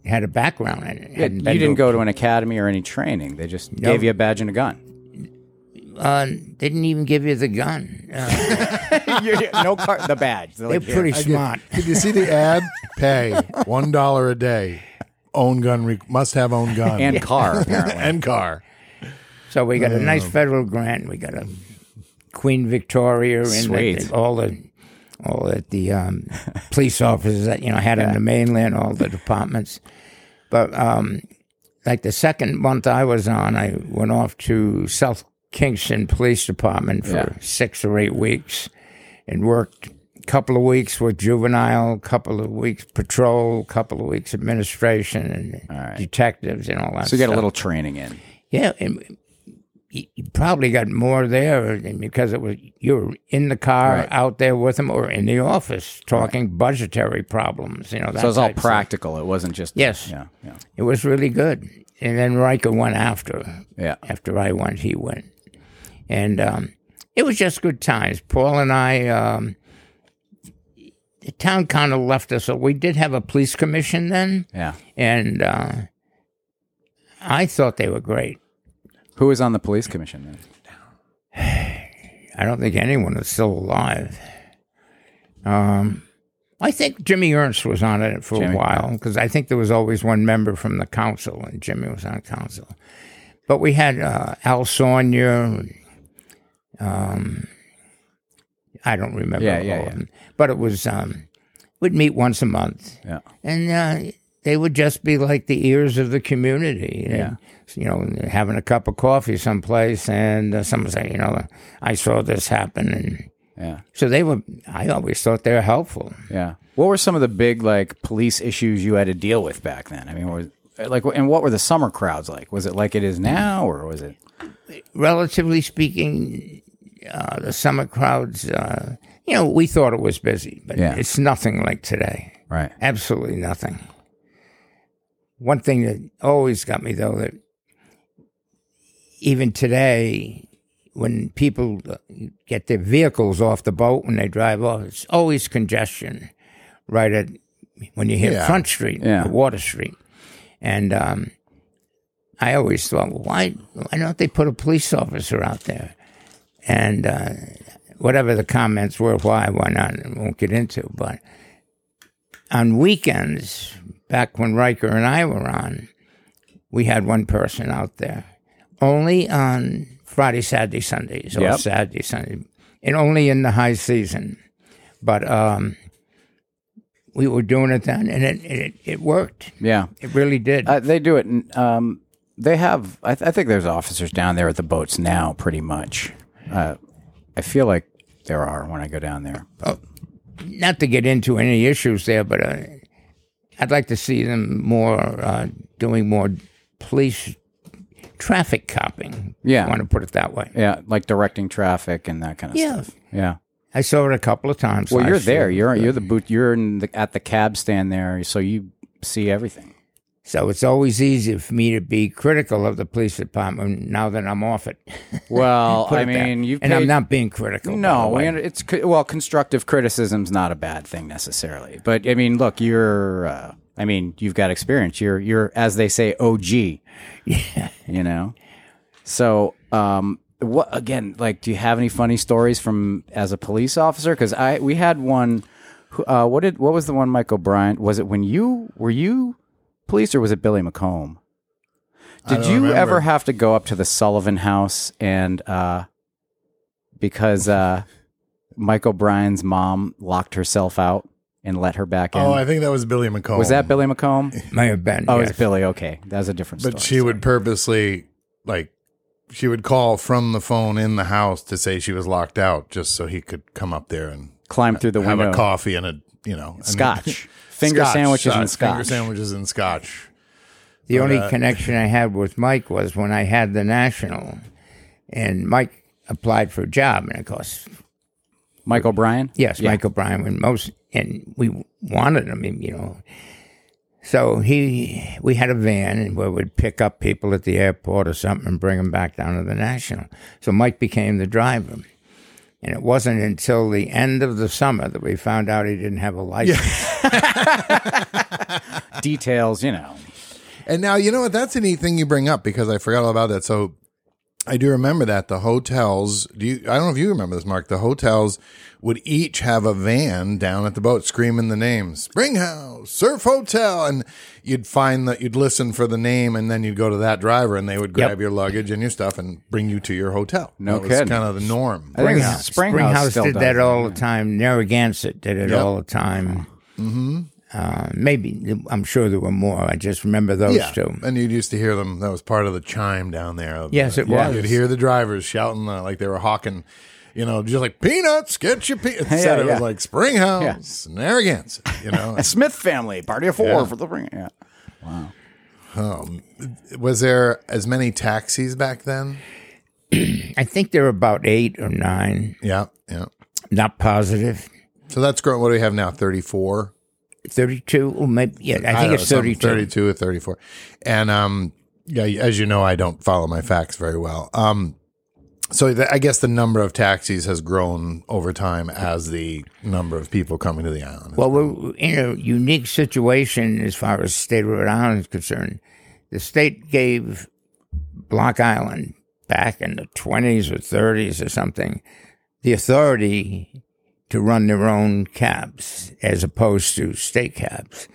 had a background in it. Hadn't you been didn't go to an academy or any training. They just gave you a badge and a *laughs* gun. Uh, they didn't even give you the gun. Uh, You're- no car, the badge. They're they're like, "Here." *laughs* pretty smart. Did you see the ad? Pay one dollar a day. Own gun re- must have own gun and car apparently. and car. So we got a Um, nice federal grant. We got a Queen Victoria and the- Sweet. all the all that *laughs* the um, police officers that you know had on the mainland, all the departments. But um, like the second month I was on, I went off to South Kingston Police Department for Yeah. six or eight weeks and worked a couple of weeks with juvenile, couple of weeks patrol, couple of weeks administration and detectives and all that. So you got a stuff. little training in. Yeah, and you you probably got more there than- because it was you were in the car, Right. out there with them, or in the office talking budgetary problems. You know, that So it was all type of practical. It wasn't just Yes. Yeah, yeah, stuff. It was really good. And then Riker went after. yeah. After I went, he went, and um, it was just good times. Paul and I. Um, the town kind of left us. We did have a police commission then, yeah. and uh, I thought they were great. Who was on the police commission then? I don't think anyone is still alive. Um, I think Jimmy Ernst was on it for Jimmy. a while because I think there was always one member from the council, and Jimmy was on council. But we had uh, Al Sonia. Um, I don't remember Yeah, all yeah, of yeah. them, but it was um, we'd meet once a month Yeah. and uh, they would just be like the ears of the community. Yeah. you know, having a cup of coffee someplace, and uh, someone say, you know, I saw this happen, and Yeah. so they were. I always thought they were helpful. Yeah. What were some of the big like police issues you had to deal with back then? I mean, was like and what were the summer crowds like? Was it like it is now or was it Relatively speaking, uh, the summer crowds. Uh, you know, we thought it was busy, but Yeah. it's nothing like today. right? Absolutely nothing. One thing that always got me though that even today, when people uh, get their vehicles off the boat when they drive off, it's always congestion right at when you hit Yeah. Front Street, Yeah. or Water Street, and um, I always thought, well, why why don't they put a police officer out there? And uh, whatever the comments were, why, why not, I won't get into. But on weekends, back when Riker and I were on, we had one person out there. Only on Friday, Saturday, Sundays, or Yep. Saturday, Sunday, and only in the high season. But um, we were doing it then, and it, it, it worked. Yeah. It really did. Uh, they do it. n- Um, they have. I, th- I think there's officers down there at the boats now, pretty much. Uh, I feel like there are when I go down there. not to get into any issues there, but uh, I'd like to see them more uh, doing more police traffic copping. if you Yeah. want to put it that way. Yeah, like directing traffic and that kind of Yeah. stuff. Yeah. I saw it a couple of times. Well, you're last year. there. You're you're the boot. You're in the, at the cab stand there, so you see everything. so it's always easier for me to be critical of the police department now that I'm off it. *laughs* Well, Put *laughs* I it that- *laughs* mean, you've and I'm paid- not being critical. by No, the way. we under, it's co- well, constructive criticism's not a bad thing necessarily. But I mean, look, you're. Uh, I mean, you've got experience. You're you're as they say, OG. Yeah. You know. So, um, what again? Like, do you have any funny stories from as a police officer? Because I we had one. who- Uh, what did what was the one Mike O'Brien? Was it when you were you police or was it Billy McComb? Did don't you remember. ever have to go up to the Sullivan house and uh, because uh, Mike O'Brien's mom locked herself out and let her back in? Oh, I think that was Billy McComb. was that *laughs* Billy McComb? may have been. Oh, yes. it's Billy. Okay, that was a different story. But she would purposely like she would call from the phone in the house to say she was locked out, just so he could come up there and Climb through the have window. a coffee and a you know and- *laughs* Scotch. Finger sandwiches and Finger scotch. sandwiches and scotch. The only connection I had with Mike was when I had the national, and Mike applied for a job, and of course, Mike O'Brien? yes, Yeah. Mike O'Brien and most, and we wanted him, you know. So he, we had a van, and we would pick up people at the airport or something and bring them back down to the national. So Mike became the driver. And it wasn't until the end of the summer that we found out he didn't have a license. *laughs* Details, you know. And now you know what? That's a neat thing you bring up because I forgot all about that. So I do remember that the hotels. Do you? I don't know if you remember this, Mark. The hotels would each have a van down at the boat screaming the names: Springhouse, Surf Hotel, and you'd find that you'd listen for the name, and then you'd go to that driver, and they would grab your luggage and your stuff and bring you to your hotel. No that was kidding. kind of the norm. I think Springhouse. Springhouse still did does that it, all the time. Narragansett did it Yep. all the time. Mm-hmm. Uh, maybe I'm sure there were more. I just remember those Yeah, two. and you'd used to hear them. That was part of the chime down there. of Yes, the- it was. You'd hear the drivers shouting uh, like they were hawking, you know, just like peanuts, get your *laughs* peanuts. Instead, it yeah. was like Springhouse, Narragansett. You *laughs* know, Smith family, party of four Yeah. for the ring. Yeah. was there as many taxis back then? I think there were about eight or nine. Yeah, yeah. Not positive. So that's growing. What do we have now? Thirty four. Thirty-two. Or maybe yeah. I think it's thirty-two. 32 or 34. And um yeah, as you know, I don't follow my facts very well. Um so the, I guess the number of taxis has grown over time as the number of people coming to the island. Well, we're in a unique situation as far as the state of Rhode Island is concerned. The state gave Block Island back in the 20s or 30s or something the authority to run their own cabs as opposed to state cabs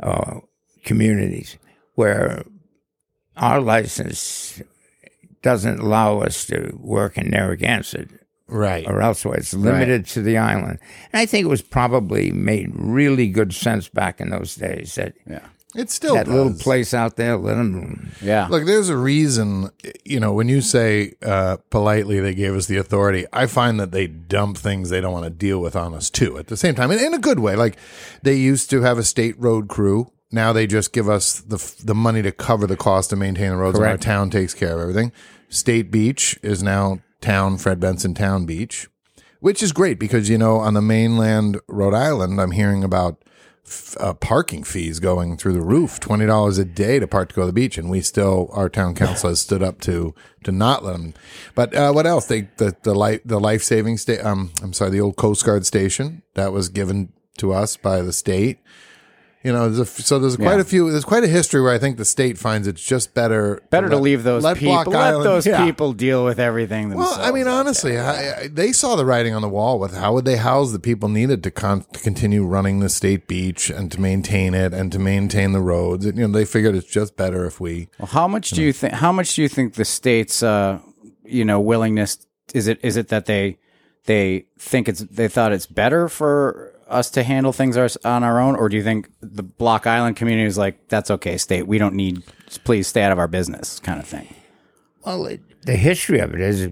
or communities where our license doesn't allow us to work in Narragansett right. or elsewhere. It's limited to the island. And I think it was probably made really good sense back in those days that Yeah. It still that does. little place out there, let them. Yeah. Look, there's a reason, you know, when you say uh, politely they gave us the authority, I find that they dump things they don't want to deal with on us too at the same time, and in a good way. Like they used to have a state road crew. Now they just give us the f- the money to cover the cost to maintain the roads, Correct. and our town takes care of everything. State Beach is now town Fred Benson Town Beach, which is great because you know on the mainland Rhode Island, I'm hearing about f- uh, parking fees going through the roof, twenty dollars a day to park to go to the beach, and we still our town council has stood up to to not let them. But uh, what else? They the the life the life saving sta- um I'm sorry, the old Coast Guard station that was given to us by the state. You know, there's a f so there's quite a few. There's quite a history where I think the state finds it's just better Better to let- leave those let people. Block Let Island- those Yeah. people deal with everything Well, themselves. I mean, honestly, I, I, they saw the writing on the wall with how would they house the people needed to, con- to continue running the state beach and to maintain it and to maintain the roads. And, you know, they figured it's just better if we. Well, how much do you think? How much do you think the state's, uh, you know, willingness is it? Is it that they they think it's they thought it's better for us to handle things ours on our own, or do you think the Block Island community is like that's okay, state, we don't need, please stay out of our business, kind of thing? Well, it, the history of it is,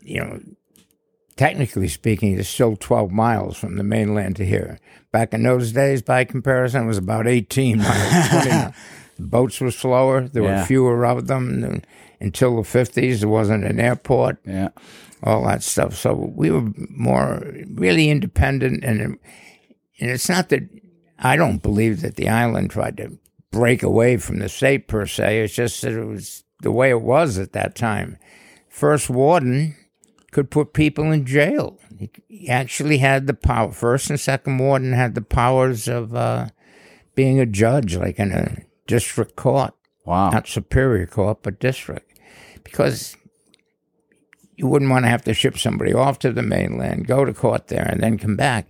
you know, technically speaking, it's still 12 miles from the mainland to here. Back in those days, by comparison, it was about *laughs* 18 miles. 20 miles. The boats were slower. There Yeah. were fewer of them. Until the 50s, there wasn't an airport. Yeah. all that stuff. So we were more really independent, and and it's not that I don't believe that the island tried to break away from the state per se. It's just that it was the way it was at that time. First warden could put people in jail. He- He actually had the power. First and second warden had the powers of uh, being a judge, like in a district court Wow. not superior co-op but district because you wouldn't want to have to ship somebody off to the mainland go to court there and then come back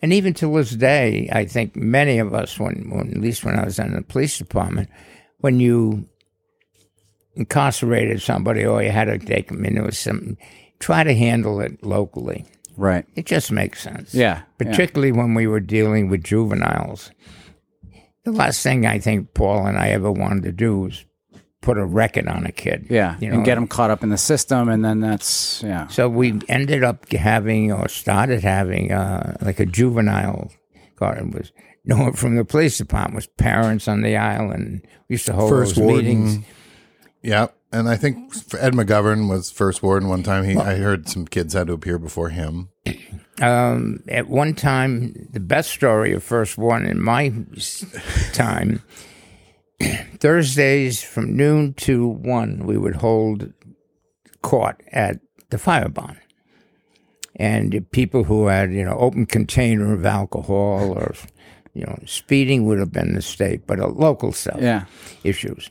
and even to this day i think many of us when, when at least when i was in the police department when you incarcerated somebody or you had to take them into some try to handle it locally right. it just makes sense Yeah. yeah. particularly when we were dealing with juveniles. The last thing I think Paul and I ever wanted to do was put a record on a kid. Yeah, you and get them caught up in the system, and then that's yeah. So we ended up having, or started having, uh, like a juvenile garden. Was *laughs* no one from the police department was parents on the island. We used to hold First those warden. meetings. Yeah, and I think Ed McGovern was first warden one time. He, I heard some kids had to appear before him. Um, at one time, the best story of first one in my s- time, Thursdays from noon to one, we would hold court at the fire barn. And the people who had, you know, open container of alcohol or, you know, speeding would have been the state, but a local stuff Yeah. issues.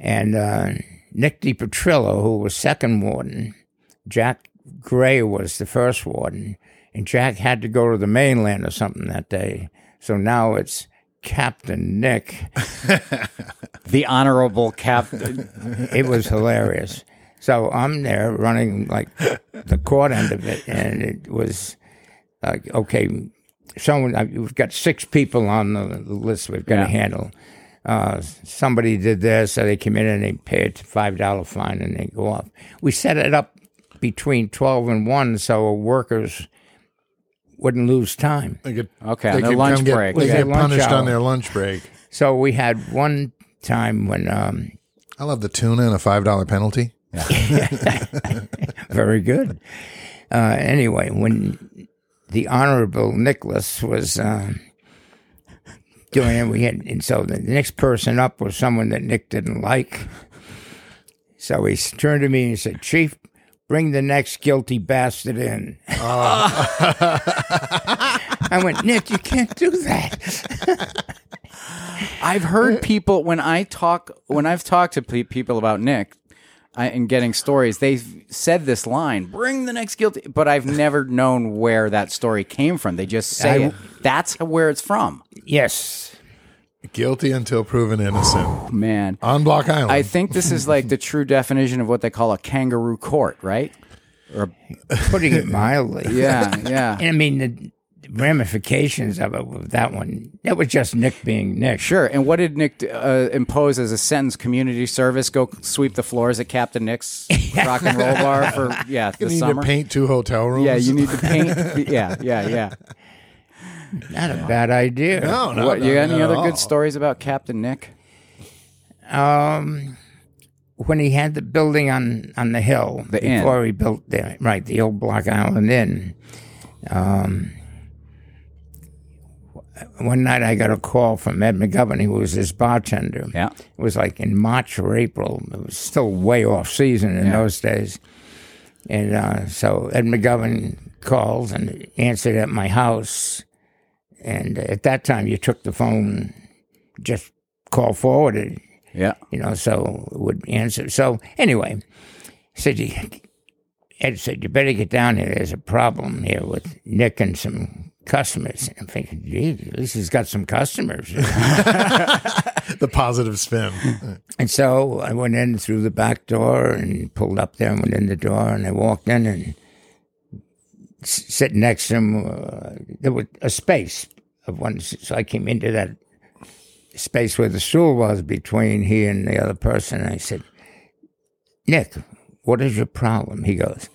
And uh, Nick DiPetrillo, who was second warden, Jack Gray was the first warden, and Jack had to go to the mainland or something that day. So now it's Captain Nick. The honorable *laughs* captain. It was hilarious. So I'm there running like the court end of it, and it was like, okay, someone, I- we've got six people on the the list we've got Yeah. to handle. Uh, somebody did this, so they come in and they pay a $5 fine and they go off. We set it up between 12 and 1 so workers wouldn't lose time. They could, Okay, on their could lunch come get- break. They Yeah. get Lunch punished hour. on their lunch break. So we had one time when, um, I love the tuna and a five dollar penalty. Very good. Uh, anyway, when the Honorable Nicholas was uh, doing it, we had, and so the next person up was someone that Nick didn't like. So he turned to me and said, Chief, bring the next guilty bastard in. *laughs* I went, Nick, you can't do that. I've heard people when I talk when I've talked to pe- people about Nick I, and getting stories, they've said this line: "Bring the next guilty." But I've never known where that story came from. They just say I- it. That's where it's from. Yes. Guilty until proven innocent Man, on Block Island. I think this is like the true definition of what they call a kangaroo court, right? Putting it mildly. *laughs* Yeah, yeah. And I mean, the ramifications of it with that one, that was just Nick being Nick. Sure. And what did Nick uh, impose as a sentence? Community service, go sweep the floors at Captain Nick's rock and roll bar for yeah you the need summer. to paint two hotel rooms. Yeah, you need to paint. yeah, yeah, yeah. Not a bad idea. No, no. what, no, you got no, any no, other no. good stories about Captain Nick? Um, when he had the building on, on the hill The inn. before he built the right the old Block Island Inn. Um, one night I got a call from Ed McGovern, who was his bartender. Yeah. it was like in March or April. It was still way off season in those days, and uh, so Ed McGovern called and answered at my house. And at that time, you took the phone, just call forwarded Yeah. you know, so it would answer. So anyway, said "You- Ed said, "You better get down here. There's a problem here with Nick and some customers." And I'm thinking, gee, at least he's got some customers. *laughs* The positive spin. and so I went in through the back door and pulled up there and went in the door and I walked in and s- sitting next to him, uh, there was a space of one. So I came into that space where the stool was between he and the other person. And I said, Nick, what is your problem? He goes,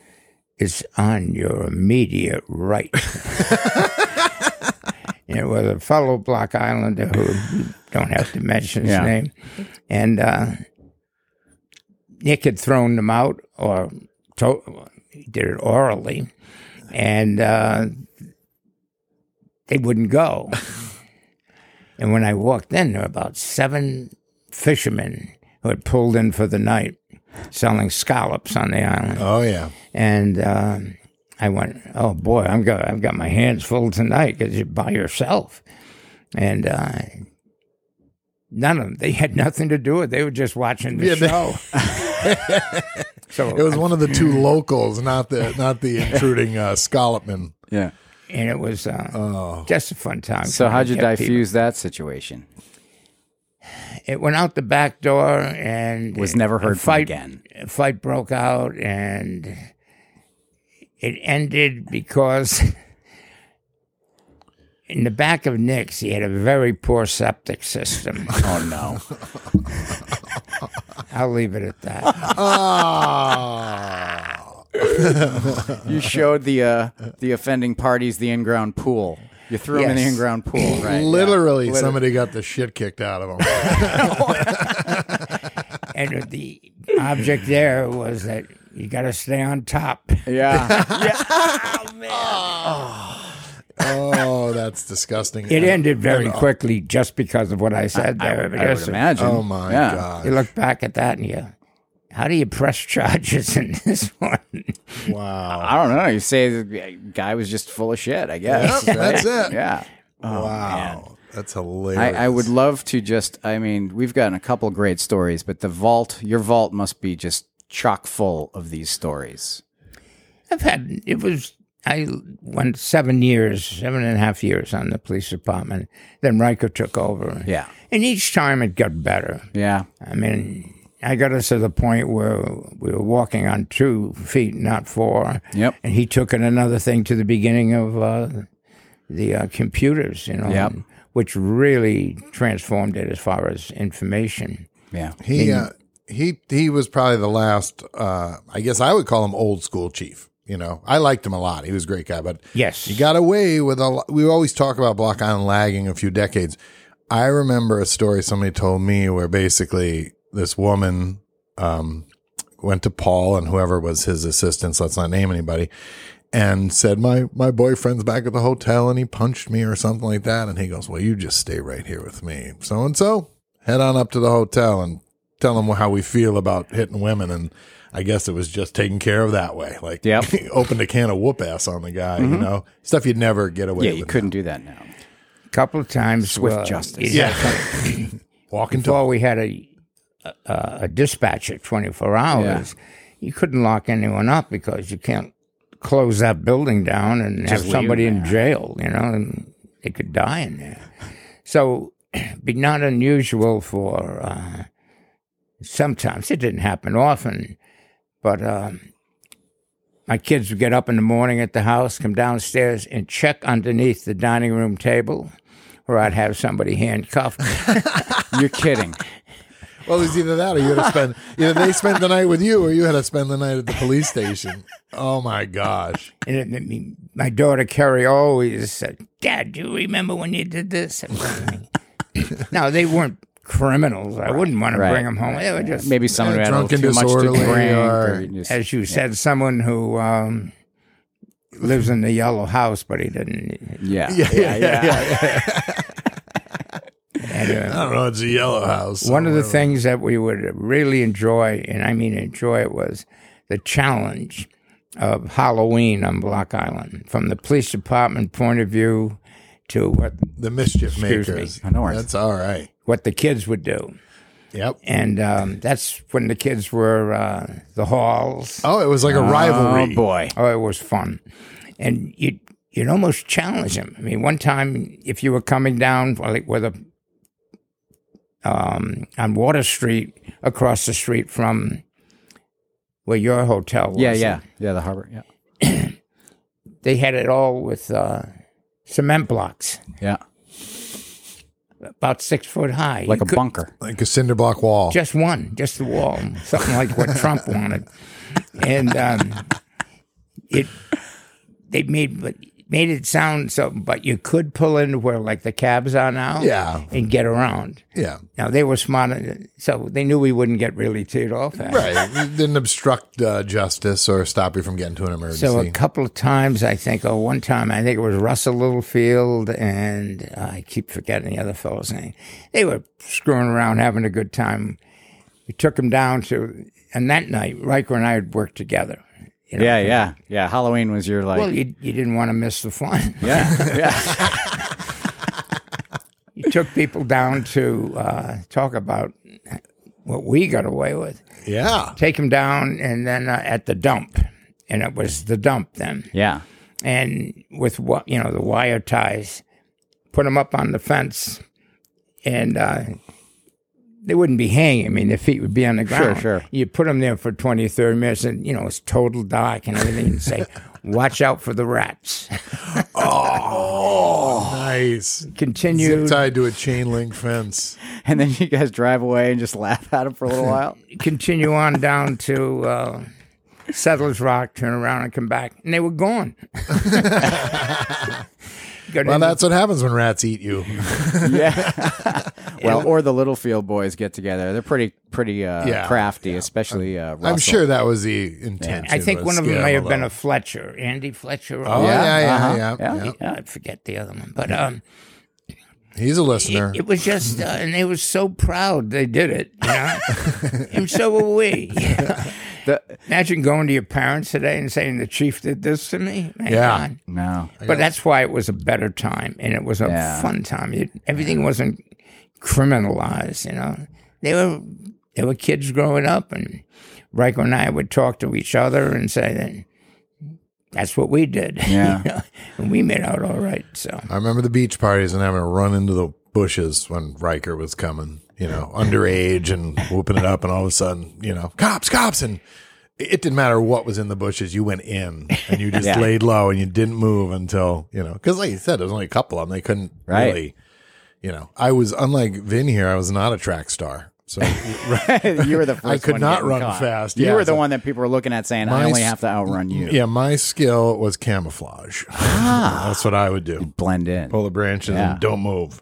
It's on your immediate right. *laughs* it was a fellow Block Islander who don't have to mention his Yeah. name. And uh, Nick had thrown them out or to- he did it orally. And uh, they wouldn't go. And when I walked in, there were about seven fishermen who had pulled in for the night selling scallops on the island. Oh yeah. And um I went, oh boy, I'm got, I've got my hands full tonight because you're by yourself. And uh, none of them, they had *laughs* nothing to do with it. They were just watching the Yeah, they- show. so *laughs* It was one of the two locals, not the not the intruding uh, scallopman. Yeah. and it was uh, Oh. just a fun time. So how'd you Yeah, people- diffuse that situation? it went out the back door and Was never heard a from fight, again. A fight broke out and it ended because *laughs* in the back of Nick's he had a very poor septic system. Oh no. I'll leave it at that. *laughs* Ah! You showed the uh, the offending parties the in ground pool. You threw them in the Yes. in ground pool, *laughs* right? Literally, somebody got the shit kicked out of them. and the object there was that you got to stay on top. Yeah. oh, that's disgusting. It ended very quickly just because of what I said there. *laughs* I would imagine. Oh my Yeah. god! You look back at that and you, how do you press *laughs* charges in this one? Wow. *laughs* I don't know. You say the guy was just full of shit, I guess. Yep, right? that's it. Yeah. Oh, wow. That's hilarious. I, I would love to just, I mean, we've gotten a couple great stories, but the vault, your vault must be just chock full of these stories. I've had it was I went seven years, seven and a half years on the police department. Then Riker took over. Yeah. and each time it got better. Yeah. I mean, I got us to the point where we were walking on two feet, not four. Yep. And he took in another thing to the beginning of uh, the uh, computers, you know, Yep. which really transformed it as far as information. Yeah. He uh, he he was probably the last. Uh, I guess I would call him old school chief. You know, I liked him a lot. He was a great guy, but Yes. he got away with a. lo- We always talk about Block Island lagging a few decades. I remember a story somebody told me where basically this woman um, went to Paul and whoever was his assistants. Let's not name anybody. And said my my boyfriend's back at the hotel and he punched me or something like that. And he goes, "Well, you just stay right here with me, so and so. Head on up to the hotel and tell them how we feel about hitting women." And I guess it was just taken care of that way. Like, *laughs* Yep. opened a can of whoop ass on the guy. You know, stuff you'd never get away Yeah. with. You couldn't do that now. a couple of times. Swift where- justice. Yeah, *laughs* walking to before we had a a, a dispatcher 24 hours, you couldn't lock anyone up because you can't close that building down and have leave somebody them in jail, you know, and they could die in there. So *clears throat* it'd be not unusual for uh, sometimes it didn't happen often, but um, my kids would get up in the morning at the house, come downstairs and check underneath the dining room table, or I'd have somebody handcuffed. You're kidding. Well, it was either that or you had to spend either they spent the night with you or you had to spend the night at the police station. Oh my gosh. And it, I mean, my daughter Carrie always said, "Dad, do you remember when you did this?" *laughs* no, they weren't criminals. I wouldn't want to Right. bring them home. They were just Maybe someone who had a drunk and little too much to disorderly drink. or- or just- as you said, someone who um, lives in the yellow house, but he didn't. yeah. Yeah. Yeah. And, uh, I don't know, it's a yellow house. One of the somewhere. things that we would really enjoy, and I mean enjoy, it was the challenge of Halloween on Block Island from the police department point of view to what the mischief Excuse me. makers. Oh, no worries. That's all right. what the kids would do. Yep. and um, that's when the kids were uh, the halls. Oh, it was like a rivalry. Oh, boy. Oh, it was fun, and you'd you'd almost challenge them. I mean, one time if you were coming down like with a um, on Water Street across the street from where your hotel was, Yeah. Yeah. Yeah. The harbor. Yeah. they had it all with uh, cement blocks Yeah. about six foot high, Like You a couldn't- bunker. Like a cinder block wall. Just one, just the wall, something like what Trump wanted, and um, it they made but made it sound so. But you could pull in where like the cabs are now, Yeah. and get around. yeah. Now they were smart, so they knew we wouldn't get really teed off. At. Right. It didn't obstruct uh, justice or stop you from getting to an emergency. So uh, a couple of times, I think, or one time, I think it was Russell Littlefield and I keep forgetting the other fellow's name. They were screwing around, having a good time. We took them down to, and that night, Riker and I had worked together. You know? Yeah. Yeah. Yeah. Halloween was your like. Well, you, you didn't want to miss the fun. yeah. Yeah. you took people down to uh, talk about what we got away with. yeah. Take them down, and then uh, at the dump, and it was the dump then. *laughs* Yeah. and with what you know the wire ties, put them up on the fence, and uh, they wouldn't be hanging. I mean, their feet would be on the ground. sure. You put them there for 20, 30 *laughs* minutes, and you know it's total dark and everything. And say, "Watch out for the rats." Oh. Nice. Continued Zip tied to a chain link *laughs* fence. and then you guys drive away and just *laughs* laugh at him for a little while. continue on down to uh, Settlers Rock, turn around and come back, and they *laughs* were gone. Got Well, in- that's what happens when rats eat you. yeah. *laughs* well, or the Littlefield boys get together. They're pretty pretty uh, Yeah. crafty, especially uh, Russell. I'm sure that was the intention. I think was one of them scare may have been alone. a Fletcher, Andy Fletcher. Oh yeah. yeah, yeah, uh-huh. yeah, Yeah. yeah. I forget the other one, but um, He's a listener. it was just, uh, and they were so proud they did it, *laughs* you know? and so were we. *laughs* The- Imagine going to your parents today and saying the chief did this to me. Hang Yeah. on. no. but that's why it was a better time and it was a Yeah. fun time it, everything wasn't criminalized you know they were they were kids growing up and Rico and I would talk to each other and say that that's what we did *laughs* Yeah. You know? and we made out all right so I remember the beach parties and having to run into the bushes when Riker was coming, you know, underage and whooping it up. And all of a sudden, you know, cops, cops. And it didn't matter what was in the bushes. You went in and you just *laughs* Yeah. laid low and you didn't move until, you know, because like you said, there was only a couple of them. They couldn't Right. really, you know, I was, unlike Vin here, I was not a track star. *laughs* So you were the first I could one not getting run caught. fast. You Yeah, were the so- one that people were looking at saying, My I only s- have to outrun you. yeah, my skill was camouflage. That's what I would do. Blend in. Pull the branches Yeah. and don't move.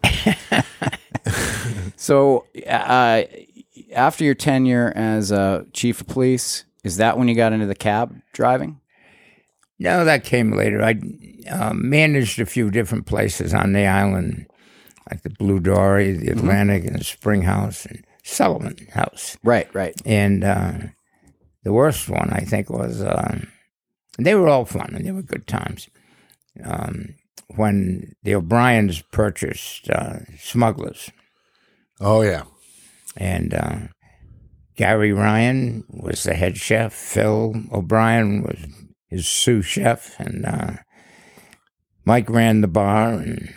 So, uh, after your tenure as uh, chief of police, is that when you got into the cab driving? no that came later I uh, managed a few different places on the island like the Blue Dory the Atlantic and the Spring House and Sullivan House Right, right. and uh, the worst one I think was uh, they were all fun and they were good times. Um, when the O'Briens purchased uh, Smugglers, Oh, yeah. and uh, Gary Ryan was the head chef, Phil O'Brien was his sous chef, and uh, Mike ran the bar, and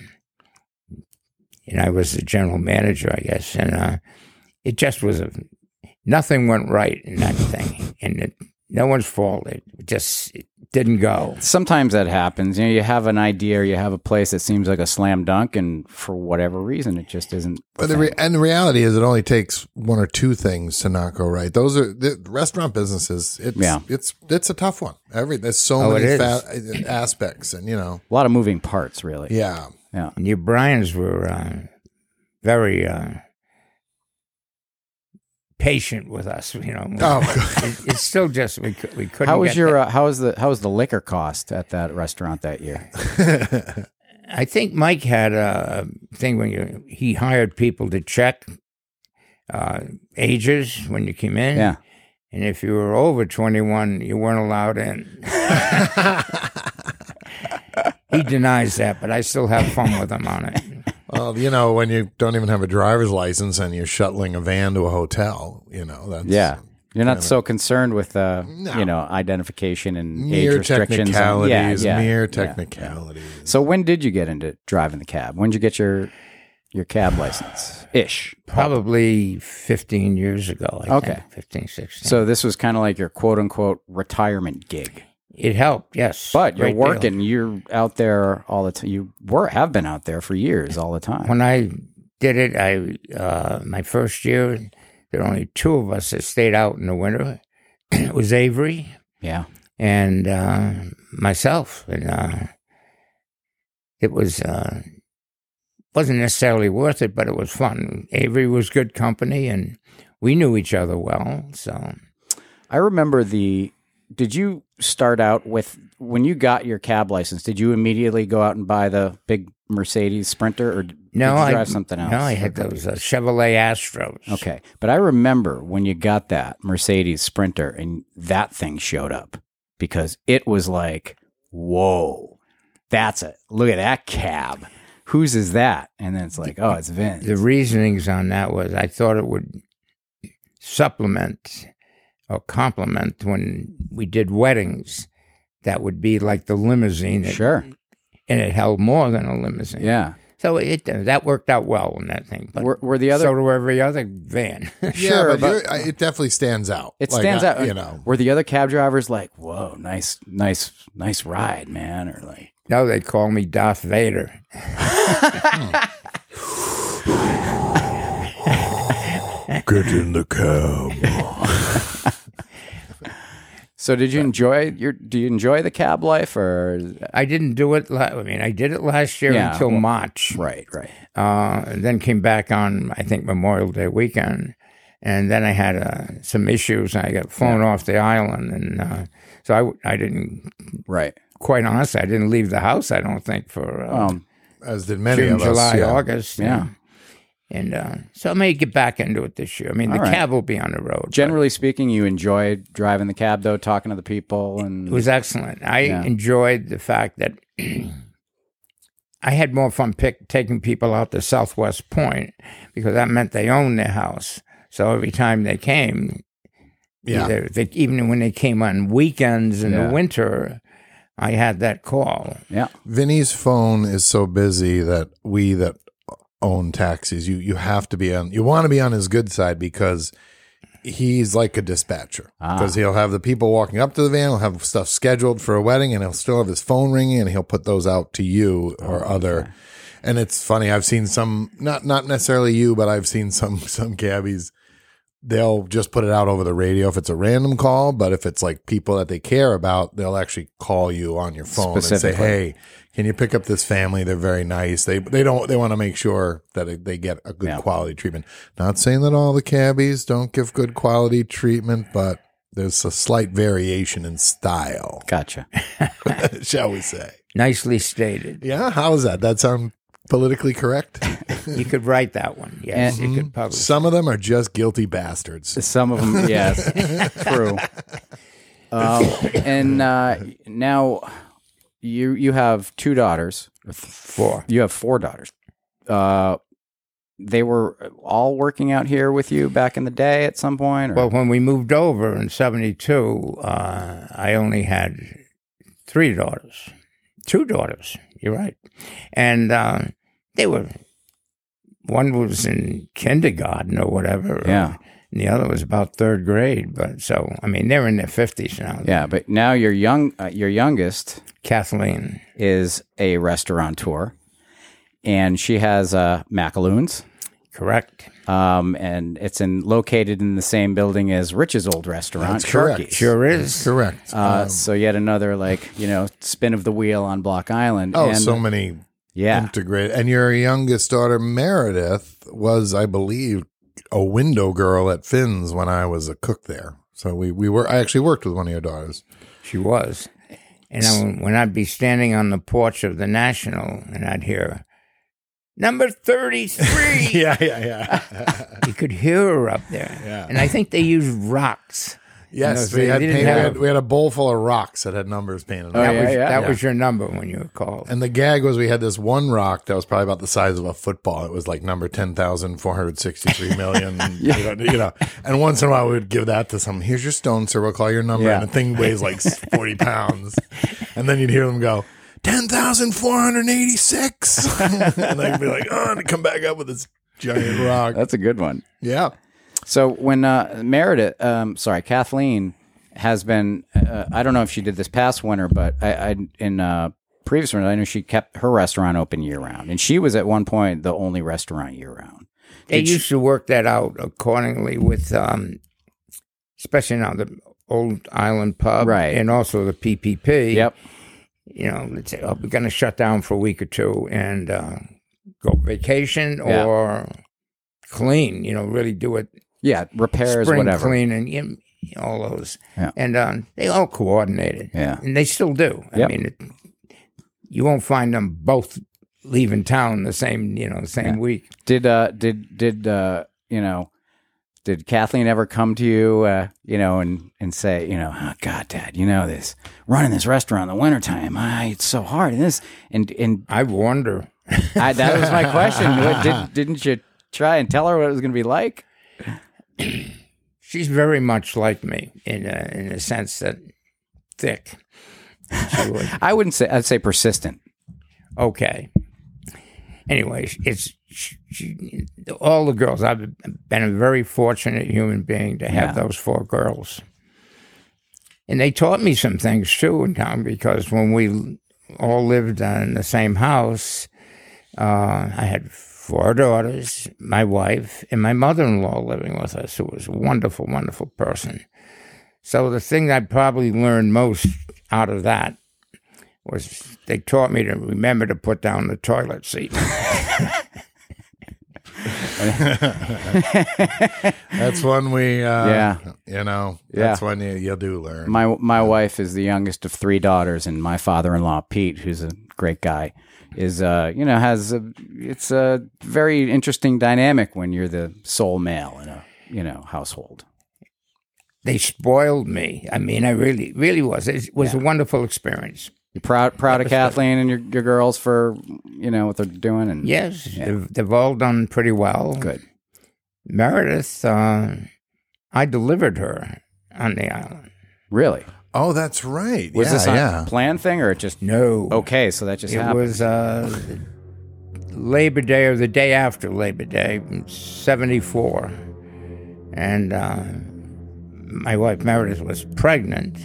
and I was the general manager, I guess, and uh, it just was a nothing went right in that thing, and it, no one's fault. It just it didn't go. Sometimes that happens. You know, you have an idea or you have a place that seems like a slam dunk, and for whatever reason, it just isn't. But the re- and the reality is, it only takes one or two things to not go right. Those are the restaurant businesses. It's Yeah. it's it's a tough one. Every there's so Oh, it many is. fa- uh, aspects, and you know, A lot of moving parts, really. yeah, And the O'Briens were uh, very uh, patient with us, *laughs* you know. Oh. it, it's still just we cou- we couldn't. How was get your the- uh, how was the how was the liquor cost at that restaurant that year? I think Mike had a thing when you he hired people to check uh, ages when you came in. Yeah, And if you were over 21, you weren't *laughs* allowed in. he denies that, but I still have fun with him on it. *laughs* well, you know, when you don't even have a driver's license and you're shuttling a van to a hotel, you know, that's yeah. You're not so concerned with uh, No. you know identification and age mere restrictions. and- yeah, technicalities, yeah, mere yeah. technicalities. So when did you get into driving the cab? When did you get your your cab license? Ish. Probably 15 years ago. I Okay. Think, 15, 16. So this was kind of like your quote unquote retirement gig. it helped, yes. But you're Great deal. working. You're out there all the time. You were have been out there for years, all the time. When I did it, I uh, my first year, there were only two of us that stayed out in the winter. *clears throat* it was Avery Yeah. and uh, myself, and uh, it was uh, wasn't necessarily worth it, but it was fun. Avery was good company, and we knew each other well. So I remember the. Did you start out with when you got your cab license? Did you immediately go out and buy the big Mercedes Sprinter, or d- no, did you I drive something else? No, I had those uh, Chevrolet Astros. Okay, but I remember when you got that Mercedes Sprinter, and that thing showed up because it was like, whoa, that's it. Look at that cab. Whose is that? And then it's like, oh, it's Vince. the reasonings on that was I thought it would supplement or complement when we did weddings. That would be like the limousine, that- sure. and it held more than a limousine. Yeah. So it that worked out well in that thing. But Were, were the other so do every other van. *laughs* yeah, but, but- you're- I- it definitely stands out. It Like, uh, stands I- out. uh, you know. were the other cab drivers like, "Whoa, nice, nice, nice ride, man," or like, Now they call me Darth Vader. Get in the cab. So did you enjoy your? Do you enjoy the cab life or? I didn't do it. La- I mean, I did it last year Yeah, until well- March, Right, right. uh, and then came back on I think Memorial Day weekend, and then I had uh, some issues. And I got flown off the island, and uh, so I, w- I didn't. Right. Quite honestly, I didn't leave the house. I don't think for uh, Um, *laughs* As did many June, of us. July, yeah. August. Yeah. And uh, so I may get back into it this year. I mean, the All right. cab will be on the road. but generally speaking, you enjoy driving the cab though, talking to the people and It was excellent. I Yeah. enjoyed the fact that *clears throat* I had more fun pick, taking people out to Southwest Point because that meant they owned their house. So every time they came, Yeah. either they, even when they came on weekends in Yeah. the winter, I had that call. yeah, Vinny's phone is so busy that we that own taxis, you you have to be on you want to be on his good side because he's like a dispatcher because he'll have the people walking up to the van, he'll have stuff scheduled for a wedding, and he'll still have his phone ringing, and he'll put those out to you or other. And it's funny. I've seen some not not necessarily you, but I've seen some *laughs* some cabbies. They'll just put it out over the radio if it's a random call, but if it's like people that they care about, they'll actually call you on your phone and say, Specifically. "Hey, can you pick up this family? They're very nice. They they don't they want to make sure that it- they get a good Yeah. quality treatment. Not saying that all the cabbies don't give good quality treatment, but there's a slight variation in style, *laughs* *laughs* gotcha. shall we say? Nicely stated. Yeah, how's that? That sound politically correct? you could write that one. Yes, you could publish. Some of them are just guilty bastards. Some of them, yes, *laughs* true. Um, and uh, now you you have two daughters. Four. You have four daughters. Uh, they were all working out here with you back in the day at some point. Or? Well, when we moved over in 72, uh, I only had three daughters, two daughters, you're right. And uh, they were, one was in kindergarten or whatever. uh, Yeah. And the other was about third grade. But so, I mean, they're in their 50s now. yeah, but now your young uh, your youngest Kathleen. is a restaurateur, and she has uh, Macalunes. Correct. Um, and it's in located in the same building as Rich's old restaurant, That's correct. Um, Sharky's. Sure is. Correct. Uh, so yet another like you know spin of the wheel on Block Island. oh, and, so many yeah, integrated. And your youngest daughter Meredith was, I believe, a window girl at Finn's when I was a cook there. So we we were. I actually worked with one of your daughters. She was. And I, when I'd be standing on the porch of the National and I'd hear, number *laughs* 33. Yeah, yeah, yeah. You could hear her up there. Yeah. And I think they used rocks. *laughs* yes, No, we they had, didn't paint, we, have- had, we had a bowl full of rocks that had numbers painted. on Oh, it. yeah, Was- yeah. that was your number when you were called. And the gag was we had this one rock that was probably about the size of a football. It was like number *laughs* 10,463 million, you, know, you know. And once in a while we would give that to someone. Here's your stone, sir. We'll call your number. Yeah. And the thing weighs like *laughs* 40 pounds. And then you'd hear them go, 10,486. *laughs* and they'd be like, oh, and come back up with this giant rock. *laughs* that's a good one. yeah. So when uh, Meredith, um, sorry, Kathleen has been. Uh, I don't know if she did this past winter, but I, I in uh, previous winter, I know she kept her restaurant open year round, and she was at one point the only restaurant year round. they used to work that out accordingly with, um, especially now the old Island Pub, Right. And also the PPP. Yep. You know, let's say, oh, we're going to shut down for a week or two and uh, go vacation Yeah. or clean. You know, really do it Yeah, repairs, spring whatever. clean and you know, all those. Yeah. And um, they all coordinated. Yeah. And they still do. Yep. I mean, it, you won't find them both leaving town the same, you know, same week. Did uh did did uh you know did Kathleen ever come to you uh you know and and say you know oh, God Dad you know this running this restaurant in the wintertime ah, it's so hard and this and and I wonder. I, that was my question What- did, didn't you try and tell her what it was going to be like She's very much like me in a, in a sense that thick. She would- I wouldn't say I'd say persistent okay. Anyways, it's she, she, all the girls. I've been a very fortunate human being to have Yeah. those four girls, and they taught me some things too in town because when we all lived in the same house. Uh, I had four daughters, my wife, and my mother in law living with us, who was a wonderful, wonderful person. So the thing I probably learned most out of that was they taught me to remember to put down the *laughs* toilet seat. That's when we, uh, Yeah. you know, Yeah. that's when you, you do learn. My my wife is the youngest of three daughters, and my father-in-law Pete, who's a great guy, is uh you know has a, it's a very interesting dynamic when you're the sole male in a you know household. they spoiled me. I mean, I really, really was. It was a wonderful experience. You're proud *laughs* proud of Kathleen and your, your girls for you know what they're doing and Yes, they've, they've all done pretty well. good. Meredith, uh, I delivered her on the island. Really, Oh, that's right. was yeah, this a yeah. plan thing or just No. okay? So that just It Oh, happened. was uh, Labor Day or the day after Labor Day, 74. And uh, my wife Meredith was pregnant,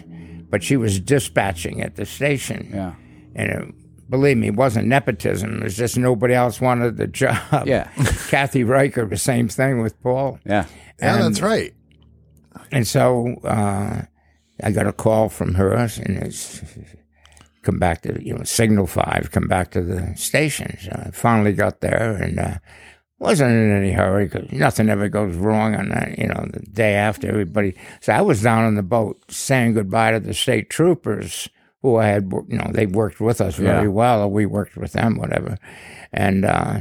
but she was dispatching at the station. yeah, And it, believe me, it wasn't nepotism. It was just nobody else wanted the job. Yeah. *laughs* Kathy Riker, the same thing with Paul. *laughs* yeah. yeah, that's right. And so uh, I got a call from her, and it's come back to you know Signal Five, come back to the station. So I finally got there, and uh, wasn't in any hurry because nothing ever goes wrong on that. You know, the day after everybody. So I was down on the boat saying goodbye to the state troopers. Who I had, you know, they worked with us very Yeah. well, or we worked with them, whatever. And uh,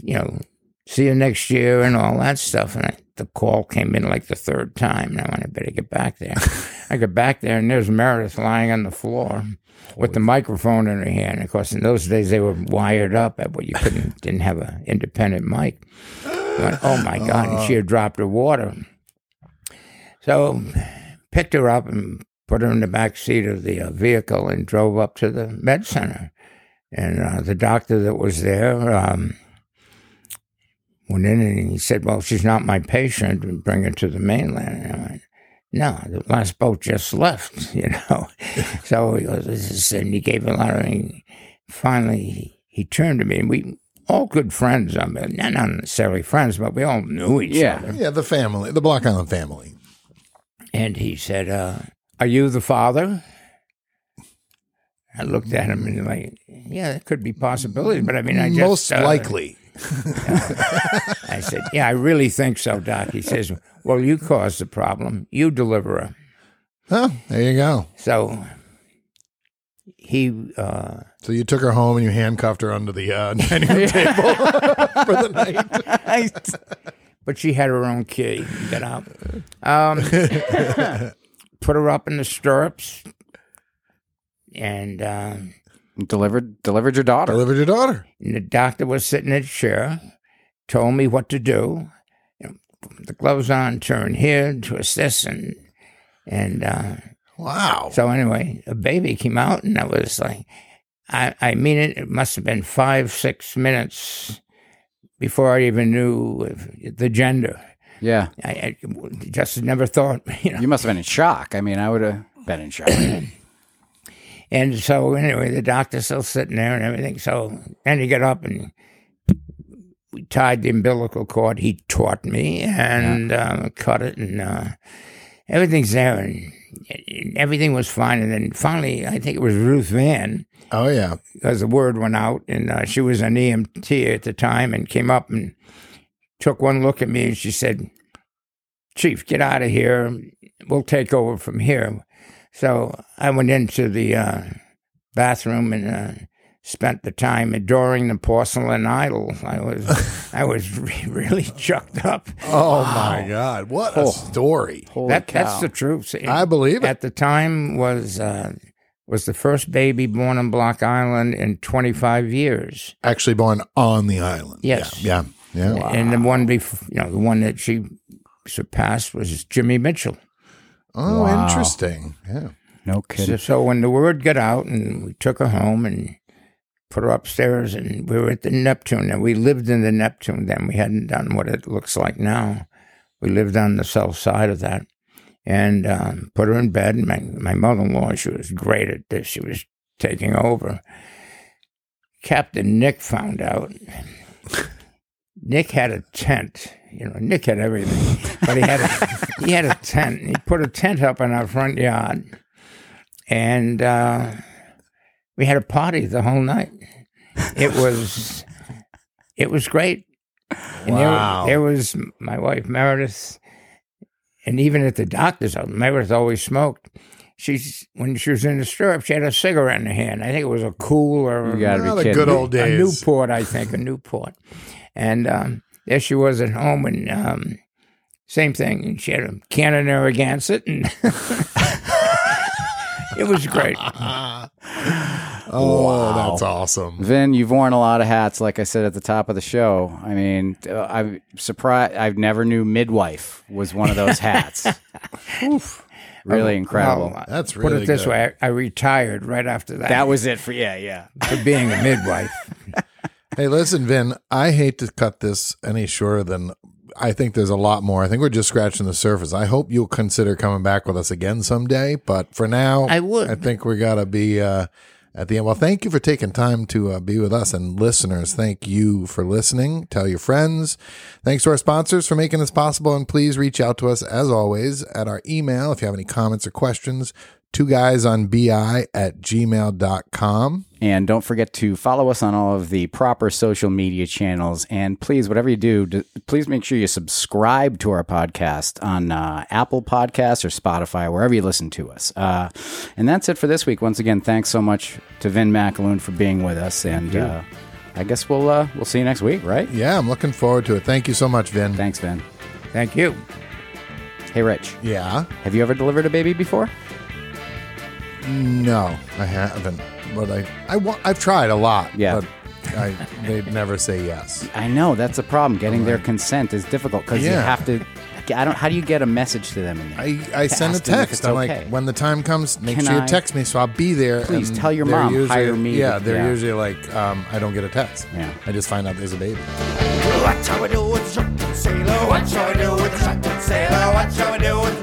you know, see you next year and all that stuff. And I, the call came in like the third time. And I went, I better get back there. I get back there, and there's Meredith lying on the floor with the microphone in her hand. Of course, in those days, they were wired up at what you couldn't, didn't have an independent mic. I went, oh my God. And she had dropped her water. So picked her up and put her in the back seat of the uh, vehicle and drove up to the med center. And uh, the doctor that was there, um, went in and he said, Well, she's not my patient, and bring her to the mainland. And I went, No, the last boat just left, *laughs* you *laughs* know. so he goes, This is, and he gave a lot of, and finally he, he turned to me, and we all good friends, I mean, not not necessarily friends, but we all knew each Yeah. other. Yeah, the family, the Block Island family. And he said, uh, Are you the father? I looked at him and like, yeah, that could be possibilities, but I mean, I just Most uh, likely. I said, Yeah, I really think so, Doc. He says, Well, you caused the problem. You deliver her. Huh? There you go. So he, uh, So you took her home and you handcuffed her under the uh, *laughs* dining room table *laughs* for the night. but she had her own key. Get out. Um, *laughs* put her up in the stirrups, and, uh, *laughs* Delivered delivered your daughter. Delivered your daughter. and the doctor was sitting in a chair, told me what to do. You know, put the gloves on, turn here, twist this, and and uh, Wow. So anyway, a baby came out, and I was like, I, I mean it. It must have been five, six minutes before I even knew if, the gender. Yeah, I, I just never thought, *laughs* you know. you must have been in shock. I mean, I would have been in *coughs* shock. And so anyway, the doctor's still sitting there and everything. So then he got up and we tied the umbilical cord. He taught me and um, cut it, and uh, everything's there, and, and everything was fine. And then finally, I think it was Ruth Van. Oh yeah. because the word went out, and uh, she was an EMT at the time, and came up and took one look at me, and she said, "Chief, get out of here. We'll take over from here." So I went into the uh, bathroom and uh, spent the time adoring the porcelain idol. I *laughs* was I was re- really chucked up. Oh my God. What a story. Holy That, cow. that's the truth. I believe it. Oh. at the time was. Uh, was the first baby born on Block Island in 25 years. Actually born on the island. Yes. Yeah. Yeah. yeah. And the one before, you know, the one that she surpassed was Jimmy Mitchell. Oh, Wow. interesting. Yeah. no So, kidding. so when the word got out, and we took her home and put her upstairs, and we were at the Neptune, and we lived in the Neptune then. We hadn't done what it looks like now. We lived on the south side of that, and um, put her in bed. And my my mother in law, she was great at this. She was taking over. Captain Nick found out. Nick had a tent. You know, Nick had everything, but he had a, he had a tent. He put a tent up in our front yard, and uh, we had a party the whole night. It was it was great. And there- Wow. there was my wife Meredith, and even at the doctor's, uh, Meredith always smoked. She's when she was in the stirrup, she had a cigarette in her hand. I think it was a cool or You gotta be Ah, the kidding good me. old a days. Newport, I think, a Newport. And um, there she was at home, and um, same thing. And she had a can of Narragansett, and *laughs* it was great. Oh, that's awesome. Vin, you've worn a lot of hats, like I said at the top of the show. I mean, uh, I'm surprised. I never knew midwife was one of those hats. *laughs* Oof. Um, really incredible. Well, That's put really it this good. way: I, I retired right after that, that was it for yeah, yeah. for being a midwife. Hey, listen, Vin, I hate to cut this any shorter than I think there's a lot more. I think we're just scratching the surface. I hope you'll consider coming back with us again someday, but for now, I would. I think we got to be uh, at the end. Well, thank you for taking time to uh, be with us. And listeners, thank you for listening. Tell your friends. Thanks to our sponsors for making this possible. And please reach out to us, as always, at our email if you have any comments or questions. Two guys on bi at gmail.com. And don't forget to follow us on all of the proper social media channels. And please, whatever you do, d- please make sure you subscribe to our podcast on uh, Apple Podcasts or Spotify, wherever you listen to us. Uh, and that's it for this week. Once again, thanks so much to Vin McAloon for being with us. And uh, I guess we'll uh, we'll see you next week, right? Yeah, I'm looking forward to it. Thank you so much, Vin. Thanks, Vin. Thank you. Hey, Rich, Yeah. have you ever delivered a baby before? No, I haven't. But I, I want, I've tried a lot. Yeah. But I, they never say yes. I know that's a problem. Getting their consent is difficult because you Yeah. have to. I don't. How do you get a message to them in there? I, I send a ask them if text. it's I'm okay. like, when the time comes, make Can sure you I- text me so I'll be there. Please And tell your they're mom, usually- hire me. Yeah, they're Yeah. usually like, um, I don't get a text. Yeah. I just find out there's a baby. What shall we do with drunken sailor? What shall we do with a drunken sailor? What shall we do with